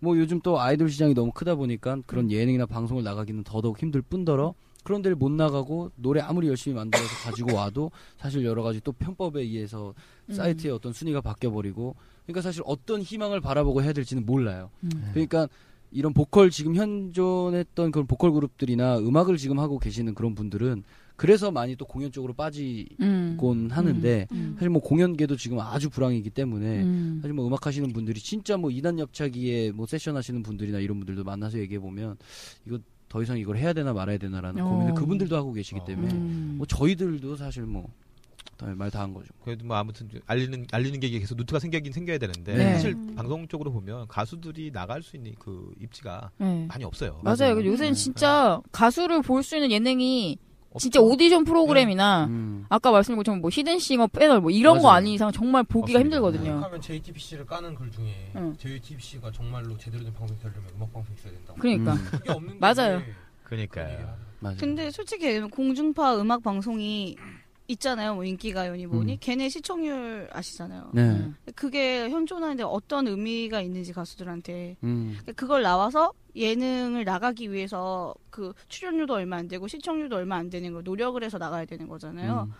뭐 요즘 또 아이돌 시장이 너무 크다 보니까 음. 그런 예능이나 방송을 나가기는 더더욱 힘들 뿐더러 그런 데를 못 나가고 노래 아무리 열심히 만들어서 가지고 와도 사실 여러 가지 또 편법에 의해서 음. 사이트의 어떤 순위가 바뀌어 버리고 그러니까 사실 어떤 희망을 바라보고 해야 될지는 몰라요. 음. 그러니까 이런 보컬 지금 현존했던 그런 보컬 그룹들이나 음악을 지금 하고 계시는 그런 분들은 그래서 많이 또 공연 쪽으로 빠지곤 음. 하는데 음. 사실 뭐 공연계도 지금 아주 불황이기 때문에 음. 사실 뭐 음악 하시는 분들이 진짜 뭐 이단 엽차기에 뭐 세션 하시는 분들이나 이런 분들도 만나서 얘기해 보면 이거 더 이상 이걸 해야 되나 말아야 되나라는 어. 음. 고민을 그분들도 하고 계시기 어. 때문에 뭐 저희들도 사실 뭐 뭐말 다 한 거죠. 그래도 뭐 아무튼 알리는 알리는 게 계속 누트가 생기긴 생겨야 되는데 네. 사실 음. 방송 쪽으로 보면 가수들이 나갈 수 있는 그 입지가 네. 많이 없어요. 음. 맞아요. 맞아요. 요새는 진짜 가수를 볼 수 있는 예능이 없죠. 진짜 오디션 프로그램이나 음. 아까 말씀드린 것처럼 뭐 히든싱어 패널 뭐 이런 거 맞아요. 아닌 이상 정말 보기가 없습니다. 힘들거든요. 네. 하면 JTBC를 까는 글 중에 응. JTBC가 정말로 제대로 된 방송이 되려면 음악 방송이 있어야 된다. 그러니까. 음, 그게 없는 맞아요. 그러니까요. 맞아요. 근데 솔직히 얘기하면 공중파 음악 방송이 있잖아요. 뭐 인기가요니 뭐니. 음. 걔네 시청률 아시잖아요. 네. 음. 그게 현존하는데 어떤 의미가 있는지 가수들한테. 음. 그러니까 그걸 나와서 예능을 나가기 위해서 그 출연료도 얼마 안 되고 시청률도 얼마 안 되는 걸 노력을 해서 나가야 되는 거잖아요. 음.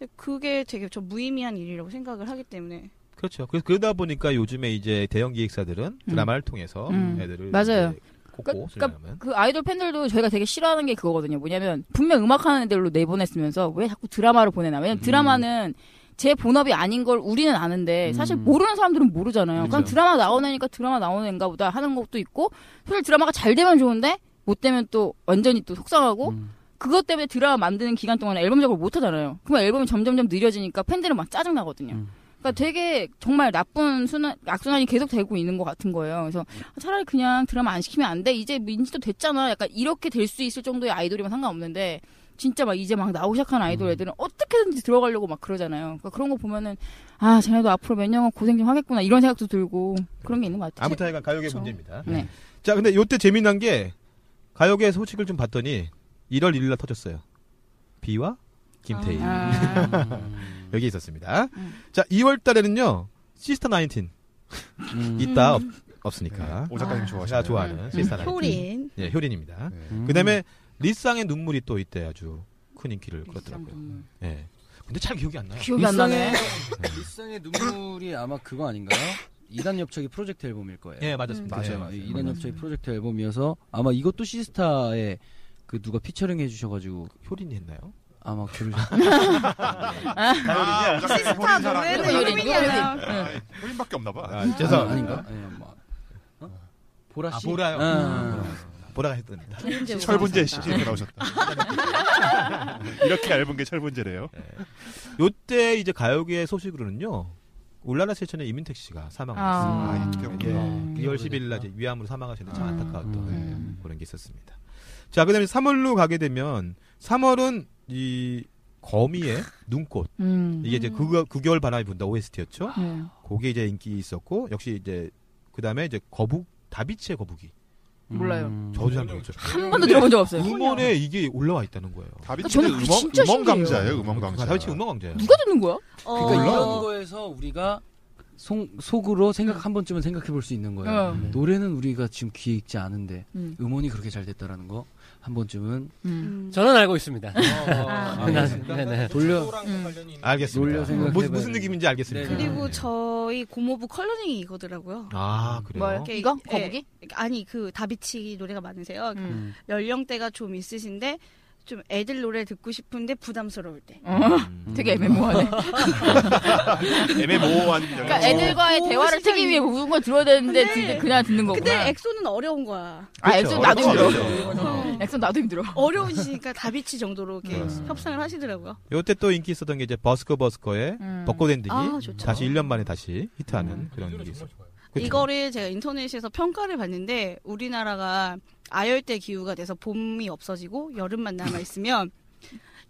근데 그게 되게 저 무의미한 일이라고 생각을 하기 때문에 그렇죠. 그래서 그러다 보니까 요즘에 이제 대형 기획사들은 드라마를 통해서 음. 애들을 맞아요. 이제 꽂고 그러니까- 쓰려면 그 아이돌 팬들도 저희가 되게 싫어하는 게 그거거든요. 뭐냐면 분명 음악하는 애들로 내보냈으면서 왜 자꾸 드라마로 보내나? 왜냐면 음. 드라마는 제 본업이 아닌 걸 우리는 아는데 사실 음. 모르는 사람들은 모르잖아요. 그냥 그렇죠. 드라마 나오니까 드라마 나오는 애인가 보다 하는 것도 있고 사실 드라마가 잘 되면 좋은데 못 되면 또 완전히 또 속상하고 음. 그것 때문에 드라마 만드는 기간 동안 앨범 작업을 못 하잖아요. 그럼 앨범이 점점점 느려지니까 팬들은 막 짜증 나거든요. 음. 그러니까 되게 정말 나쁜 순환 악순환이 계속 되고 있는 것 같은 거예요. 그래서 차라리 그냥 드라마 안 시키면 안 돼. 이제 뭐 인지도 됐잖아. 약간 이렇게 될 수 있을 정도의 아이돌이면 상관없는데 진짜 막 이제 막 나오기 음. 시작한 아이돌 애들은 어떻게든지 들어가려고 막 그러잖아요. 그러니까 그런 거 보면은 아 쟤네도 앞으로 몇 년간 고생 좀 하겠구나 이런 생각도 들고 그런 게 있는 것 같아요. 아무튼 하여간 가요계 그렇죠. 문제입니다. 네. 자, 근데 요때 재미난 게 가요계 소식을 좀 봤더니 1월 1일 날 터졌어요. 비와 김태희 아, 음. (laughs) 여기 있었습니다. 음. 자, 2월 달에는요. 시스터 19 음. 있다 음. 없, 없으니까. 오 작가님 네. 좋아하시네 제가 좋아하는 음. 시스터 19. 효린 예, 효린입니다. 음. 그다음에 리쌍의 눈물이 또 이때 아주 큰 인기를 비싼 끌었더라고요. 선물. 예. 근데 잘 기억이 안 나요. 기억이 안 나네. 일상의 눈물이 아마 (laughs) 그거 아닌가요? 이단 엽착의 프로젝트 앨범일 거예요. 예, 음. 맞았습니다. 맞아요. 예, 이단 엽착의 프로젝트 앨범이어서 아마 이것도 시스타에 그 누가 피처링 해주셔가지고 효린이 했나요? 아마 그러 아, 오작가님 네, 시스타 본인 사랑. 노래는 효린, 효린이 효린. 하나 효린밖에 없나 봐. 아, 죄송. 아닌가? 예, 뭐. 어? 보라 아, 씨. 보라요. 음, 아. 보라가 했던다. 철분제 씨 나오셨다. (laughs) 이렇게 얇은 게 철분제래요. 네. 요때 이제 가요계 소식으로는요. 울라라 세천의 이민택 씨가 사망했습니다. 아. 아, 이때 예. 음. 2월 10일 날 이제 위암으로 사망하셨는데 참 음. 안타까웠던 음. 그런 게 있었습니다. 자, 그다음에 3월로 가게 되면 3월은 이 거미의 눈꽃 음. 이게 이제 그, 그 겨울 바람이 분다 OST였죠. 네. 그게 이제 인기 있었고 역시 이제 그다음에 이제 거북 다비치의 거북이 몰라요. 음. 저도 잘 모르죠. 한 번도 들어본 적 없어요. 음원에 이게 올라와 있다는 거예요. 아, 다비치는 저는 그게 음원 진짜 음원 신기해요. 강자예요. 음원 강자. 다비치 음원 강자예요. 누가 듣는 거야? 그러니까 이런 어. 거에서 우리가 속, 속으로 음. 생각 한 번쯤은 생각해 볼 수 있는 거예요. 어. 노래는 우리가 지금 귀에 익지 않은데 음. 음원이 그렇게 잘 됐다라는 거 한 번쯤은 어. 음. 음. 저는 알고 있습니다. (laughs) 아, 네, 네. 돌려- 음. 관련이 있는 알겠습니다. 놀려 생각해봐야 무슨, 무슨 돼. 느낌인지 알겠습니다. 네. 그리고 네. 저희 고모부 컬러링이 이거더라고요. 아 그래요. 뭐요? (laughs) 이렇게 이거? 예, 거북이? 아니 그 다비치 노래가 많으세요. 그 음. 연령대가 좀 있으신데 좀 애들 노래 듣고 싶은데 부담스러울 때. 음. 어, 되게 애매모호하네. 애매모호한 그러니까 연애. (laughs) 애들과의 오, 대화를 어, 시간이- 트기 위해 무슨 걸 들어야 되는데 근데- 진짜 그냥 듣는 거구나. 근데 엑소는 어려운 거야. 아, 그렇죠. 엑소 나도 힘들어. 어렵죠. 엑소 나도 힘들어. 어려우시니까 다비치 정도로 이렇게 음. 협상을 하시더라고요. 요때 또 인기 있었던 게 이제 버스커 버스커의 벚꽃 엔딩이 아, 좋죠. 다시 1년 만에 다시 히트하는 음. 그런 일이 있어요. 정말 좋아요. 그렇죠. 이거를 제가 인터넷에서 평가를 봤는데 우리나라가 아열대 기후가 돼서 봄이 없어지고 여름만 남아 있으면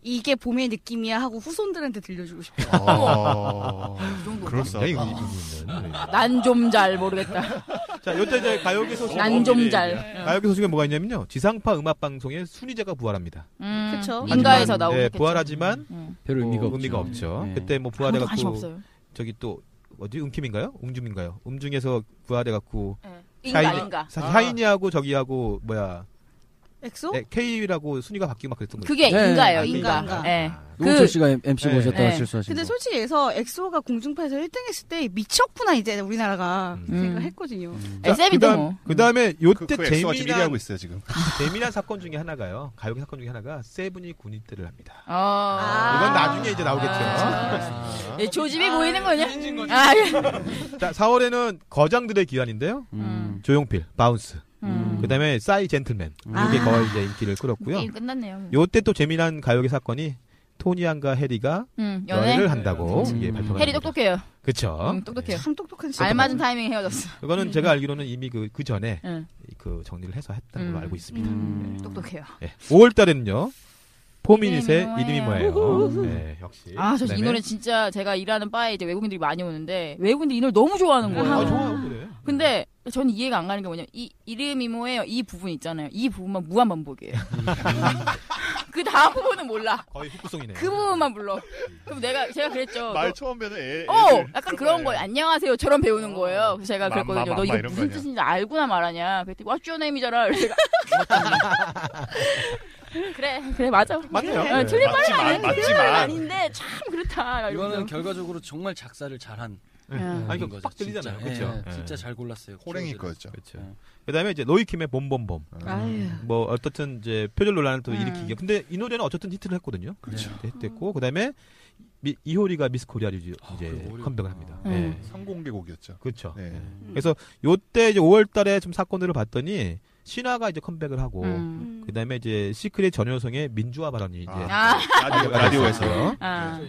이게 봄의 느낌이야 하고 후손들한테 들려주고 싶어요. 아. (laughs) 어. 굉장히 의미 그럴싸하다. 있는 노래입니다. 난 좀 잘 모르겠다. 자, 요때 이제 가요계 소식 난 좀 잘. 가요계 소식에 뭐가 있냐면요. 지상파 음악 방송의 순위제가 부활합니다. 음, 그쵸. 인가에서 하지만, 나오고 예, 부활하지만 음. 별 의미가 어, 없죠. 의미가 없죠. 예. 그때 뭐 아무도 관심 부활해갖고 없어요. 저기 또 어디 음킴인가요? 음줌인가요? 음중에서 부활해갖고 예. 인가 샤이니- 인가. 사- 샤이니하고 저기하고 뭐야 엑소? 에, K라고 순위가 바뀌고 막 그랬던 거 그게 네. 인가예요. 아, 인가. 인가, 인가. 예. 노철 씨가 MC 예. 모셨다가 예. 실수하신 네. 근데 거. 솔직히 해서 엑소가 공중파에서 1등 했을 때 미쳤구나 이제 우리나라가 음. 생각했거든요. 그러니까 SM이도 뭐. 그 다음에 그, 요때 그 엑소가 지금 1위 재미난 그 하고 있어요 지금. 재미난 사건 중에 하나가요. 가요계 사건 중에 하나가 세븐이 군입대를 합니다. 어. 아. 이건 나중에 이제 나오겠죠. 예, 조짐이 보이는 거냐? 찐인 거죠. 아, 예. 자, 4월에는 거장들의 기한인데요. 음. 조용필, 바운스. 음. 그다음에 싸이 젠틀맨 이게 아. 거의 이제 인기를 끌었고요. 게임 끝났네요. 요때 또 재미난 가요계 사건이 토니안과 해리가 음, 연애. 연애를 한다고 음. 예, 발표가 해리 됩니다. 똑똑해요. 그쵸. 음, 똑똑해요. 참 똑똑한 친구. 알맞은 타이밍에 헤어졌어. 그거는 제가 알기로는 이미 그, 그 전에 응. 그 정리를 해서 했던 걸로 음. 알고 있습니다. 음. 똑똑해요. 예. 5월달에는요. 포미닛의 이름이 이름이 뭐예요? 뭐예요? 예, 역시. (laughs) 아, 저 이 그다음에- 노래 진짜 제가 일하는 바에 이제 외국인들이 많이 오는데 외국인들이 이 노래 너무 좋아하는 거예요. 아, 좋아요. 그래. 근데 저는 이해가 안 가는 게 뭐냐면 이 이름이 뭐예요? 이 부분 있잖아요. 이 부분만 무한 반복이에요. (laughs) 그 다음 부분은 몰라. 음. 거의 후크송이네요. 그 부분만 불러. 그럼 내가 제가 그랬죠. 말 너- 처음 뵈는 예, 애. 어, 애들 약간 그런 거예요. 안녕하세요처럼 배우는 거예요. 그래서 제가 마, 그랬거든요. 마, 마, 너 이거 이런 거 무슨 아니야? 뜻인지 알구나 말하냐. 그랬더니 What's your name이잖아. 그래서 제가 (laughs) 그래, 그래 맞아. 맞네요. 그래. 어, 네. 틀린 말은 맞지만 아닌데, 틀린 말은 맞지만 아닌데 참 그렇다. 이거는 결과적으로 정말 작사를 잘한 야. 네. 아니, 인 그거 빡 들리잖아요. 그쵸? 진짜, 예, 예. 진짜 잘 골랐어요. 호랭이 키워드를. 예. 거였죠. 그렇죠. 그다음에 이제 로이킴의 봄봄봄. 아유. 뭐 어떻든 이제 표절 논란을 또 아. 음. 일으키게. 근데 이 노래는 어쨌든 히트를 했거든요. 그렇죠. 네, 히트했고 그다음에 미- 이효리가 미스 코리아로 이제 아, 이제 그래, 어려워. 컴백을 합니다. 음. 네. 성공개 곡이었죠. 그렇죠. 네. 그래서 요때 이제 5월달에 좀 사건들을 봤더니 신화가 이제 컴백을 하고 음. 그다음에 이제 시크릿 전효성의 민주화 발언이 이제 아. 아, 라디오, 라디오에서. 네. 아.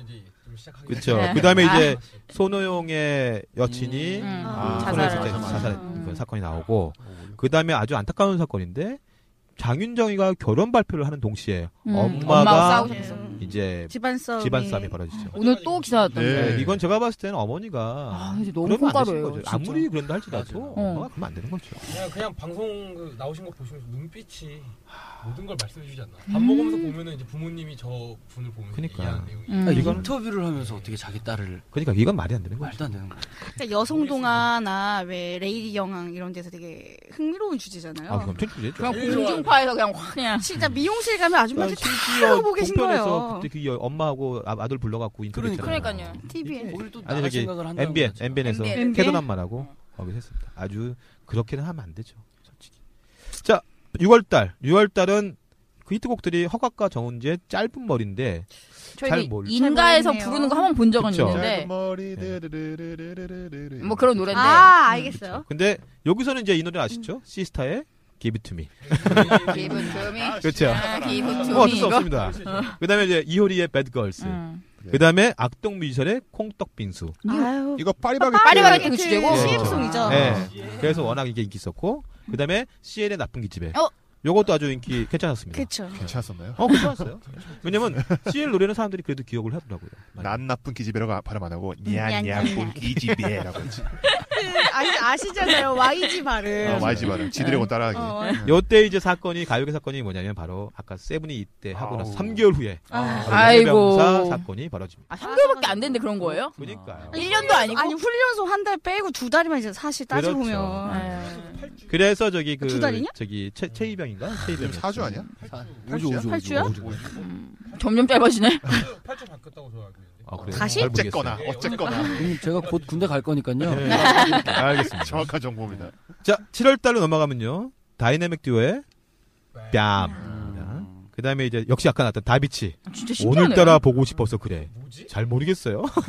그렇죠. 네. 그다음에 아. 이제 손호용의 여친이 음. 아, 자살을 손호용 했죠. 진짜 자살한 음. 그 사건이 나오고 그다음에 아주 안타까운 사건인데 장윤정이가 결혼 발표를 하는 동시에 음, 엄마하고 엄마가 싸우고 싶었어. 이제 집안 싸움. 집안 싸움이 벌어지죠. 오늘 또 기사였던데. 네. 네, 이건 제가 봤을 때는 어머니가 아, 근데 너무 그러면 안 되시는 콩가루예요. 거죠. 진짜. 아무리 그런다 할지라도 맞아요. 엄마가 그러면 안 되는 거죠. 그냥, 그냥 방송 그 나오신 거 보시면서 눈빛이 모든 걸 말씀해 주지 않나. 밥 먹으면서 보면은 이제 부모님이 저 분을 보면서 그러니까. 이해하는 내용이. 음. 아, 이거는- 인터뷰를 하면서 어떻게 자기 딸을 그러니까 이건 말이 안 되는 거죠. 말도 안 되는 거야. 그러니까 여성 동화나 왜 레이디 경황 이런 데서 되게 흥미로운 주제잖아요. 아, 그럼 틀리죠. 그냥 공중파에서 그냥 확 그냥 진짜 미용실 가면 아줌마들 다 어. (laughs) 하고 계신 동편에서 거예요. 그때 그 여- 엄마하고 아- 아들 불러갖고 인터뷰 했잖아요. 그러니까요. TV에. 거길 또 예. 아니, 나갈 저기 생각을 한다는 MBN, 거지. MBN에서 MBN. 캐도남만하고 음. 거기서 했습니다. 아주 그렇게는 하면 안 되죠. 솔직히. 자, 6월달. 6월달은 그 히트곡들이 허각과 정은지의 짧은 머리인데 잘 저희 모르- 인가에서 잘 모르겠네요. 부르는 거 한 번 본 적은 그쵸. 있는데 머리 네. 드르르르르르르르. 뭐 그런 노래인데 아 알겠어요. 근데 여기서는 이제 이 노래 아시죠? 음. 시스타의 Give It To Me. 기분 투미 (laughs) 그렇죠. 기분 뭐 어쩔 투미 수 이거 없습니다. 그다음에 이제 이효리의 Bad Girls. 음. 그다음에 악동 뮤지션의 콩떡빙수. 아유. 이거 파리바게트. 파리바게트 그 주제고? CF송이죠. 예. 그래서 워낙 이게 인기 있었고 그다음에 CL의 나쁜 기집애. 어? 요것도 아주 인기 괜찮았습니다. 그렇죠. 아, 괜찮았었나요? 어, 괜찮았어요. 왜냐면 CL 노래는 사람들이 그래도 기억을 하더라고요. 난 나쁜 기집애라고 아, 발음 안 하고 냐 냐, 냐, 냐쁜 기집애라고 (laughs) 했지. 아, 아시잖아요. YG 발음. 아, 어, YG 발음. 지드래곤 따라하기. 어, 요때 이제 사건이 가요계 사건이 뭐냐면 바로 아까 세븐이 이때 하고 나서 아우. 3개월 후에 아. 아이고. 사 사건이 벌어집니다. 아, 3개월밖에 안 됐는데 그런 거예요? 그러니까요. 일 1년도 아니고? 아니 훈련소 한 달 빼고 두 달이면 이제 사실 따져보면 그렇죠. 아, 그래서 저기 그 두 달이냐? 저기 최 최희병인가? 최희병 지금 사주 아니야? 우주 우주 팔주야? 우주. 뭐, 음, 점점 짧아지네. (laughs) 팔자 바뀌었다고 저알고 있는데. 아, 그래요? 다시? 잘 모르겠어요. 어쨌거나 어쨌거나 형님, 제가 곧 군대 갈 (laughs) 거니까요. 네, 알겠습니다. 정확한 정보입니다. 자, 7월 달로 넘어가면요. 다이내믹 듀오의 네. 뺨입니다. 음. 그다음에 이제 역시 아까 나왔던 다비치. 진짜 신기하네. 오늘따라 보고 싶어서 그래. 잘 모르겠어요. (laughs) (laughs)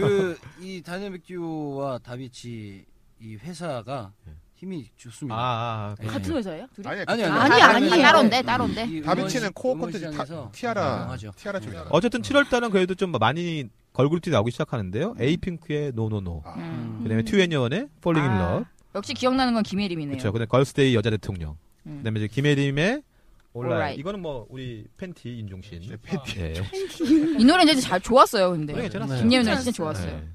그이 다이내믹 듀오와 다비치 이 회사가 힘이 좋습니다. 예. 아, 아, 예. 같은 회사예요? 둘이? 아니 아니 아니, 아니에요. 예. 따로인데, 따로인데. 이 다비치는 음원- 코어 음원 컨텐츠 타- 시장에서 티아라 유명하죠. 티아라 쪽이잖아. 어쨌든 7월 달은 그래도 좀 많이 걸그룹들이 나오기 시작하는데요. 에이핑크의 노노노. 음. 아. 음. 그다음에 투애니원의 Falling in 아, Love. 역시 기억나는 건 김혜림이네요. 그렇죠. 그다음에 걸스데이 여자 대통령. 음. 그다음에 이제 김혜림의 올라. Alright. 이거는 뭐 우리 팬티 인종신. 네, 팬티. 예. 이 노래는 진짜 잘 좋았어요, 근데. 네, 괜찮았어요. 김예은 노래 진짜 좋았어요. 네.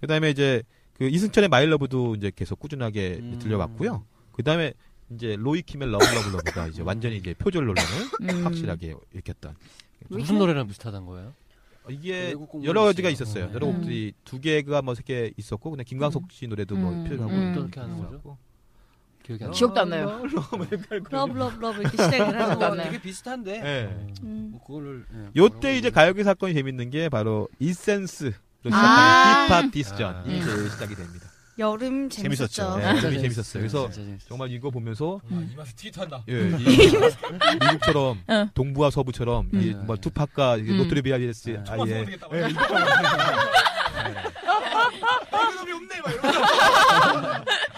그다음에 이제 그 이승철의 마일러브도 이제 계속 꾸준하게 음. 들려왔고요. 그다음에 이제 로이킴의 러블러블러브가 이제 완전히 이제 표절 논란을 음. 확실하게 일으켰던. 무슨 노래랑 비슷하단 거예요? 아, 그그 이게 외국 공부를 여러 가지가 했어요. 있었어요. 네. 여러 곡들이 두 개가 뭐 세 개 있었고, 근데 김광석 씨 노래도 뭐 음. 표절하고 어. 아, 음. 또 이렇게 하는 거죠? 기억이 안 나. 기억도 안 나요. 러브 러브 러브 이렇게 어, 시작을 하는 기억도 안 거는. 나요. 되게 비슷한데. 예. 음. 뭐 그거를 예, 뭐라고 요때 이제 가요계 사건이 재밌는 게 바로 이센스로 시작하는 아. 힙합 디스전 음. 이게 시작이 됩니다. 여름 재밌었죠. 재밌었죠. 네, 진짜 재미 재밌었어요. 그래서 진짜 재밌었어요. 정말 이거 보면서 정말 음. 아, 이 맛에 트윗한다. 음. 예, 이 미국처럼 어. 동부와 서부처럼 음. 이, 뭐 투팍과 음. 노트리비아 이스 음. 정말 아예 소름돋겠다.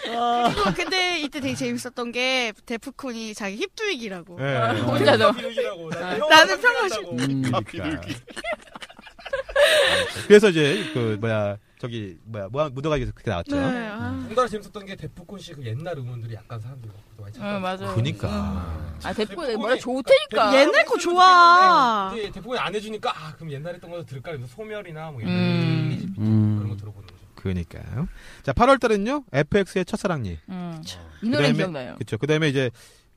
예. 어, 근데 이때 되게 재밌었던 게 데프콘이 자기 힙두익이라고. 네. 혼자서. 기록이라고. 나는 음. 평가하고. 그러니까. 아, 네. 그래서 이제 그 뭐야 저기 뭐야 뭐야 무더가기에서 그렇게 나왔죠. 네. 아, 뭔가 음. 재밌었던 게 데프콘 씨 그 옛날 음원들이 약간 사람들이 많이 응, 찾아. 맞아요. 그니까 아, 데리고 뭐라 좋테니까. 어, 예. 옛날 거 좋아. 근데 데프콘이 안 해주니까 아 그럼 옛날에 했던 거도 들을까? 그래서 소멸이나 뭐 이런 음. 그런 거 음. 들어보는 거죠. 그니까요. 자 8월달은요 FX의 첫사랑니 음. 이 노래 그다음에- 기억나요. 그쵸. 그다음에 이제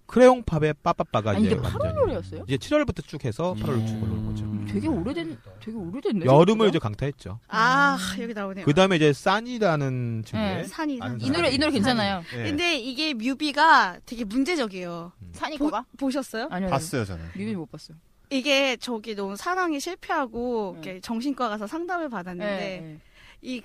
크레용팝의 빠빠빠가 아니, 이제 이게 8월 예, 완전히 노래였어요? 음, 이제 7월부터 쭉 해서 8월 쭉 올라온 거죠. 되게 오래된 되게 오래됐네. 여름을 이제 생각보다. 강타했죠. 아, 여기 나오네요. 그다음에 이제 산이라는 친구의 네, 산이. 아는 산. 이 노래 이 노래 괜찮아요. 예. 근데 이게 뮤비가 되게 문제적이에요. 보, 사니까가? 보셨어요? 아니요. 봤어요 저는. 뮤비 네. 못 봤어요. 이게 저기 너무 사랑이 실패하고 네. 이렇게 정신과 가서 상담을 받았는데 예, 이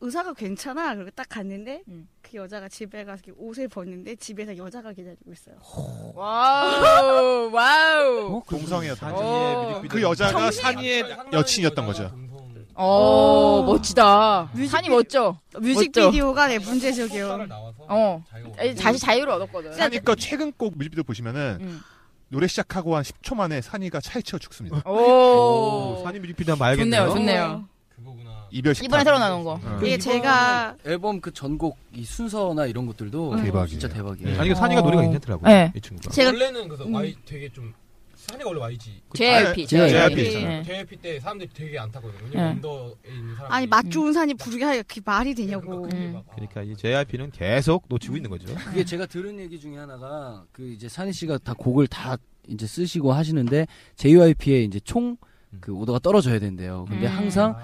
의사가 괜찮아 그리고 딱 갔는데 음. 그 여자가 집에 가서 이렇게 옷을 벗는데 집에서 여자가 기다리고 있어요. (laughs) 어, 와우 와우. 어, 동성애였던 거죠. 산이의 어. 뮤직비디오. 그 여자가 정신- 산이의 상당히 여친이었던 여자가 거죠. 동성 어 멋지다. 산이 멋져. 뮤직비디오가 네, 속사를 문제적이요. 아, 나와서 어. 자기가 아니, 다시 자유를 얻었거든. 그러니까 산이거 최근 곡 뮤직비디오 보시면은 음. 노래 시작하고 한 10초 만에 산이가 차에 치여 죽습니다. 오. 산이 뮤직비디오 한번 봐야겠네요. 좋네요, 좋네요. 그거구나. 이별 식탁. 이번에 새로 나온 거. 어. 이게 네. 이번에 제가 앨범 그 전곡 이 순서나 이런 것들도 대박이에요. 진짜 대박이에요. 네. 아니 그 산이가 음. 어. 노래가 괜찮더라고요. 네. 이 친구가. 제가- 음. 원래는 그래서 Y 되게 좀 산이 원래 YG 그 JYP. JYP. 예. 네. JYP 때 사람들이 되게 안 타거든요. 뭐 네. 왜냐면 언더에 있는 예, 사람 아니 맛 좋은 산이 부르게 하기가 그게 말이 되냐고. 음. 그러니까 이 JYP는 계속 놓치고 있는 거죠. 그게 제가 들은 얘기 중에 하나가 그 이제 산희 씨가 다 곡을 다 이제 쓰시고 하시는데 JYP의 이제 총 그 오더가 떨어져야 된대요. 근데 음. 항상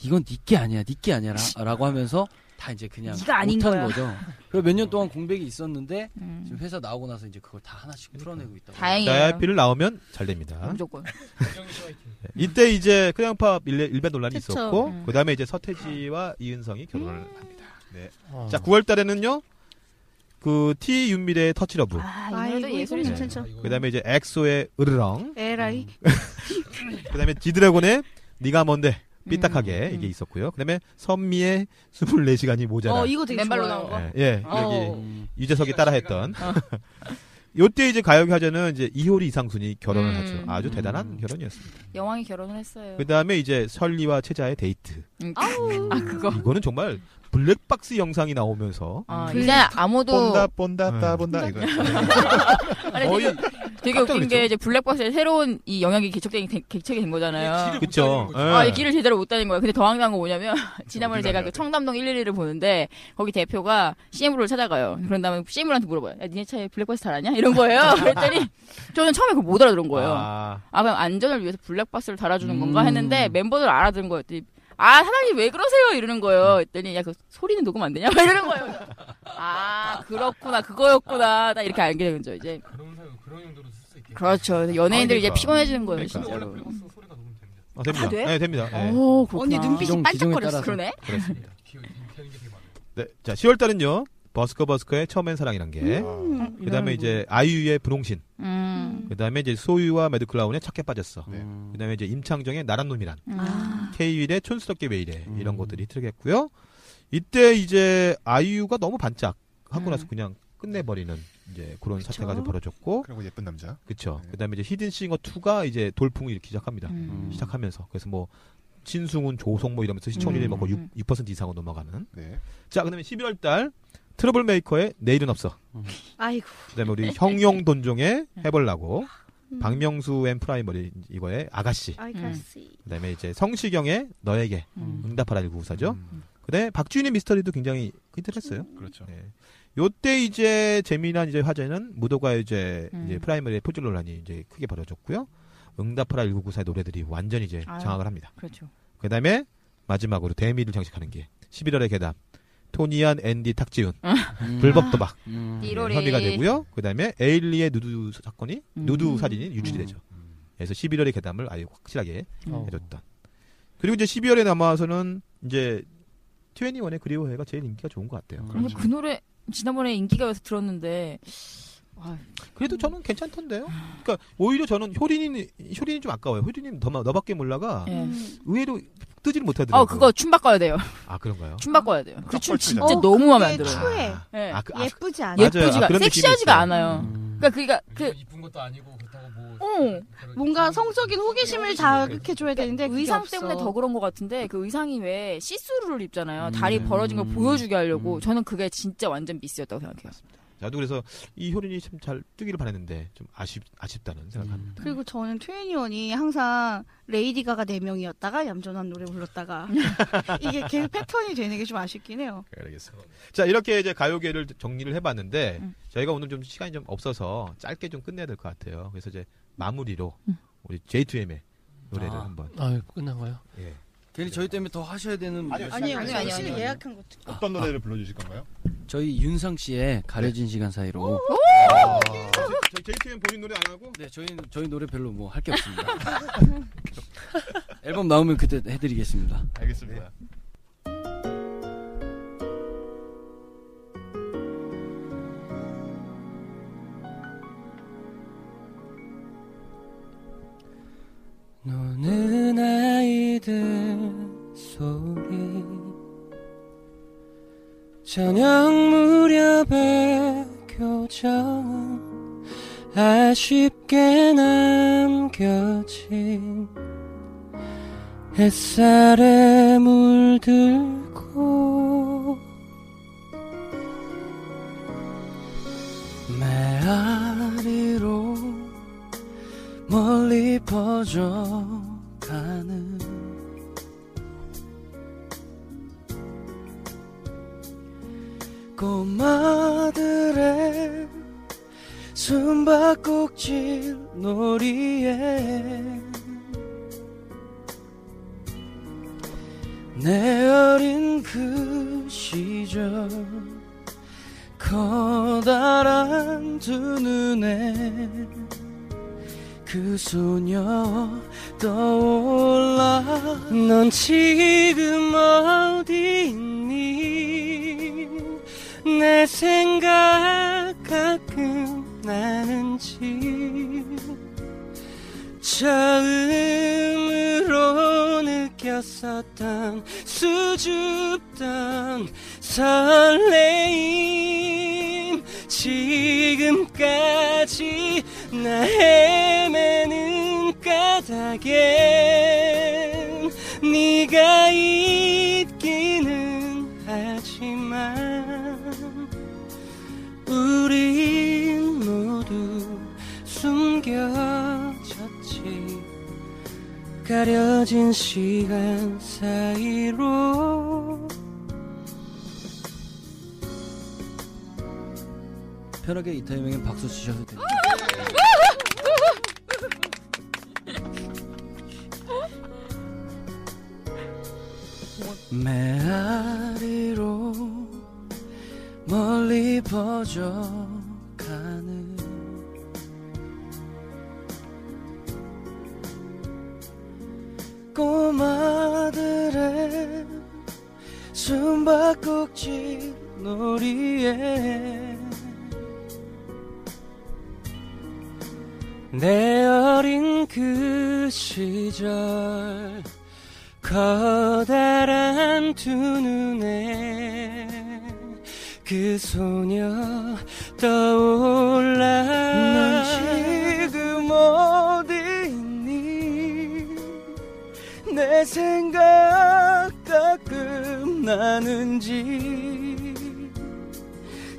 이건 니게 아니야, 니게 아니야라고 하면서 다 이제 그냥 네가 아닌 못한 거야. 거죠. 그리고 몇 년 동안 공백이 있었는데 음. 그러니까. 지금 회사 나오고 나서 이제 그걸 다 하나씩 풀어내고 있다고. 다행이에요. JYP를 나오면 잘 됩니다. 무조건. (laughs) 네. 이때 이제 크레용팝 일레- 일반 논란이 그쵸. 있었고 음. 그다음에 이제 서태지와 이은성이 결혼을 합니다. 네. 어. 자 9월 달에는요. 그 T 윤미래의 터치러브. 아, 이 노래도 아이고, 예술이 이건 괜찮죠. 그다음에 그렇죠. 이제 엑소의 음. 으르렁. 에라이. (laughs) 그다음에 지드래곤의 네가 뭔데 삐딱하게 음. 이게 있었고요. 그다음에 선미의 24시간이 모자라. 어 이거 되게 맨발로 좋아요. 나온 거? 예, 예, 여기 어. 음. 유재석이 따라했던. (laughs) 요때 이제 가요계 화제는 이제 이효리 이상순이 결혼을 음. 하죠. 아주 음. 대단한 결혼이었습니다. 여왕이 결혼을 했어요. 그 다음에 이제 설리와 최자의 데이트. 아우. 아 그거. 이거는 정말 블랙박스 영상이 나오면서 아, 이제 아무도 본다 본다 따 네. 본다 이거. 아니, 거의 되게 깜짝 웃긴 게 이제 블랙박스에 새로운 이 영향이 개척된 개- 개척이 된 거잖아요. 그쵸. 예. 아, 네. 이 길을 제대로 못 다닌 거야. 근데 더 황당한 거 뭐냐면 (laughs) 지난번에 어디 제가 다녀야 그 돼? 청담동 111을 보는데 거기 대표가 CM으로 찾아가요. 그런 다음에 CM한테 물어봐요. 야, 니네 차에 블랙박스 달았냐? 이런 거예요. (laughs) 그랬더니 저는 처음에 그걸 못 알아들은 거예요. 아, 아, 그냥 안전을 위해서 블랙박스를 달아주는 음. 건가 했는데 멤버들 알아들은 거였더니 아, 사장님 왜 그러세요? 이러는 거예요. 그랬더니 야, 그 소리는 녹음 안 되냐? (laughs) 막 이러는 거예요. 아, 그렇구나. 그거였구나. 딱 이렇게 알게 된 거죠, 이제. 그런 사람 그런 용도로 쓸 수 있겠다. 그렇죠. 그래서 연예인들이 아, 그러니까. 이제 피곤해지는 거예요, 그러니까. 원래 진짜로. 플러스 소리가 너무 됩니다. 아, 됩니다. 아, 돼? 네, 됩니다. 예. 오, 그렇구나. 언니 눈빛이 기종- 반짝거렸어. 기종에 따라서. 그러네. 그렇습니다. (laughs) 기억이 되는 게 되게 많아요. 네. 자, 10월 달은요. 버스커 버스커의 처음엔 사랑이란 게. 네? 아, 그다음에 이제 아이유의 분홍신. 음. 그다음에 이제 소유와 매드클라운의 착해 빠졌어. 네. 그다음에 이제 임창정의 나란 놈이란. 아. K1의 촌스럽게 왜 이래 음. 이런 것들이 트랙했고요. 이때 이제 아이유가 너무 반짝 하고 음. 나서 그냥 끝내버리는 이제 그런 사태가 좀 벌어졌고 그리고 뭐 예쁜 남자. 그쵸. 네. 그다음에 이제 히든싱어 2가 이제 돌풍을 일으키기 시작합니다. 음. 시작하면서 그래서 뭐 신승훈, 조성 뭐 이러면서 시청률이 음. 막 음. 6%, 6% 이상으로 넘어가는. 네. 자 그다음에 11월달 트러블 메이커의 내일은 없어. 음. 아이고. 그다음에 (laughs) 우리 형용 돈종의 해볼라고 음. 박명수 앤 프라이머리 이거의 아가씨. I 음. can see. 그다음에 이제 성시경의 너에게 음. 응답하라 1994죠. 음, 근데 박주인의 미스터리도 굉장히 히트했어요. 그렇죠. 네. 요때 이제 재미난 이제 화제는 무도가 이제, 음. 이제 프라이머리의 포즈 논란이 이제 크게 벌어졌고요. 응답하라 1994의 노래들이 완전히 이제 아유. 장악을 합니다. 그렇죠. 그다음에 마지막으로 대미를 장식하는 게 11월의 계담 토니안 앤디 탁지훈 음. 불법 도박 음. 네, 띠로리. 혐의가 되고요. 그다음에 에일리의 누드 사건이 음. 누드 사진이 유출이 음. 되죠. 그래서 11월의 계담을 아예 확실하게 음. 해줬던. 그리고 이제 12월에 남아서는 이제 21의 그리워해가 제일 인기가 좋은 것 같아요. 음. 근데 그 노래 지난번에 인기가 와서 들었는데 아, 그래도 저는 괜찮던데요. 그러니까 오히려 저는 효린이 효린이 좀 아까워요. 효린이 더 마- 너밖에 몰라가 예. 음. 의외로 뜨지를 못하더라고요. 어 그거 춤 바꿔야 돼요. 아 그런가요? 춤 바꿔야 돼요. 그 춤 진짜 어, 너무 마음에 안 그게 들어요. 추해. 예. 아, 그, 아, 예쁘지 않아. 맞아요. 예쁘지가 아, 그런 느낌이 섹시하지가 있어요. 않아요. 음. 그러니까 그니까 그 요즘 이쁜 것도 아니고 그렇다고 뭐 어. 그런 뭔가 성적인 호기심을 자극해줘야 되는데 그게 의상 없어. 때문에 더 그런 것 같은데 그 의상이 왜 시스루를 입잖아요. 다리 음. 벌어진 걸 보여주게 하려고 음. 저는 그게 진짜 완전 미스였다고 생각해요. 나도 그래서 이 효린이 참 잘 뜨기를 바랬는데 좀 아쉽 아쉽다는 생각합니다. 음. 그리고 저는 트웬티원이 항상 레이디 가가 4명이었다가 얌전한 노래 불렀다가 그, 이게 계속 패턴이 되는 게 좀 아쉽긴 해요. (laughs) 알겠습니다. 자 이렇게 이제 가요계를 정리를 해봤는데 음. 저희가 오늘 좀 시간이 좀 없어서 짧게 좀 끝내야 될 것 같아요. 그래서 이제 마무리로 음. 우리 J2M의 노래를 아. 한번. 아유, 끝난 거요? 예. 괜히 저희 때문에 더 하셔야 되는 아니요, 말씀- 아니요, 아니요, 아니요, 아니요, 확실히 아니요. 예약한 것 같아. 어떤 노래를 불러주실 건가요? 네. 저희 윤상 씨의 가려진 시간 아, 사이로 JTM 본인 노래 안 하고 네 저희 저희 노래 별로 뭐 할 게 없습니다. (laughs) 앨범 나오면 그때 해드리겠습니다. 알겠습니다. 네. 노는 아이들 소리 저녁 무렵의 교정은 아쉽게 남겨진 햇살에 물들고 메아리로 멀리 퍼져가는 꼬마들의 숨바꼭질 놀이에 내 어린 그 시절 커다란 두 눈에 그 소녀 떠올라 넌 지금 어디 있니 내 생각 가끔 나는지 처음으로 느꼈었던 수줍던 설레임 지금까지 나 헤매는 까닭엔 네가 있기는 하지만 우린 모두 숨겨졌지 가려진 시간 사이로 편하게 이 타이밍에 박수 치셔도 아! 돼요. 메아리로 멀리 퍼져가는 꼬마들의 숨바꼭질 놀이에 내 어린 그 시절 커다란 두 눈에 그 소녀 떠올라 넌 지금 어디 있니 내 생각 가끔 나는지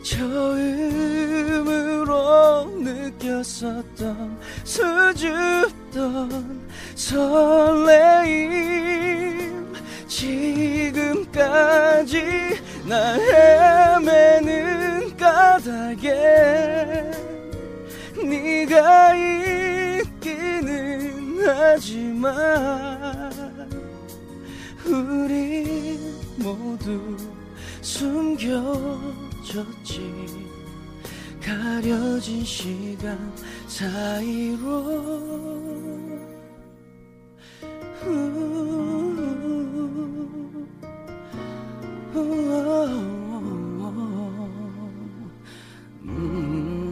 처음으로 느꼈었던 수줍던 설레임 지금까지 나 헤매는 까닭에 네가 있기는 하지만 우리 모두 숨겨졌지 가려진 시간 사이로 우- 어, 우와. 음.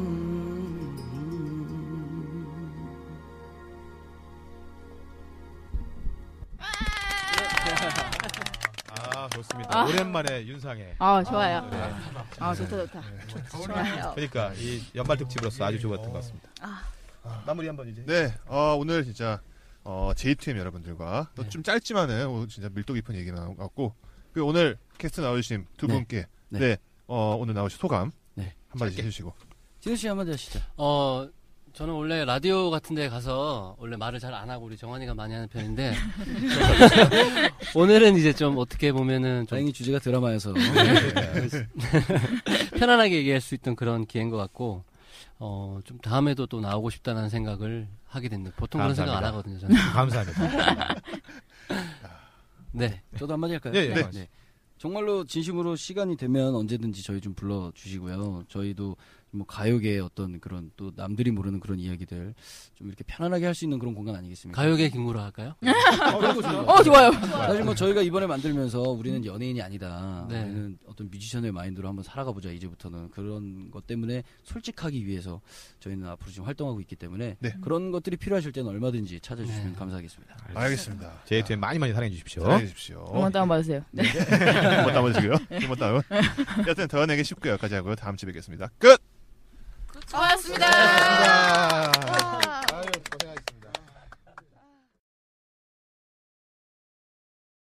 아. 오랜만에 윤상의 아 좋아요. 네. 아 좋다 좋다. 좋아요. 그러니까 이 연말 특집으로서 네. 아주 좋았던 것 같습니다. 마무리 한번 이제. 네, 어, 오늘 진짜 어, JTM 여러분들과 네. 또 좀 짧지만은 오늘 진짜 밀도 깊은 얘기 나왔고 그리고 오늘 캐스트 나와주신 두 네. 분께 네. 네, 어, 오늘 나오신 소감 네. 한마디 짧게. 해주시고 진우 씨 한마디 하시죠. 어, 저는 원래 라디오 같은 데 가서 원래 말을 잘 안 하고 우리 정환이가 많이 하는 (laughs) 편인데 오늘은 이제 좀 어떻게 보면은 좀 네, 다행히 (laughs) 주제가 드라마여서 편안하게 얘기할 수 있던 그런 기회인 것 같고 어, 좀 다음에도 또 나오고 싶다는 생각을 하게 됐네요. 보통 그런 생각 안 하거든요. 저는. (laughs) 감사합니다. 네. 저도 한마디 할까요? 예, 예. 네. 네. 정말로 진심으로 시간이 되면 언제든지 저희 좀 불러주시고요. 저희도 뭐 가요계의 어떤 그런 또 남들이 모르는 그런 이야기들 좀 이렇게 편안하게 할 수 있는 그런 공간 아니겠습니까? 네. 가요계 김구라 할까요? 네. 어 좋아요. 사실 뭐 저희가 이번에 만들면서 우리는 연예인이 아니다. 네. 우리는 어떤 뮤지션의 마인드로 한번 살아가 보자 이제부터는 그런 것 때문에 솔직하기 위해서 저희는 앞으로 지금 활동하고 있기 때문에 네. 그런 것들이 필요하실 때는 얼마든지 찾아주시면 네. 감사하겠습니다. 알겠습니다. JTM 많이 많이 사랑해 주십시오. 사랑해 주십시오. 한번 다운 받으세요. 네. 한번 따보시고요. (laughs) 한번 따보. 여튼 더 내기 쉽고 여기까지 하고요. 다음 주에 뵙겠습니다. 끝. 고맙습니다. 아~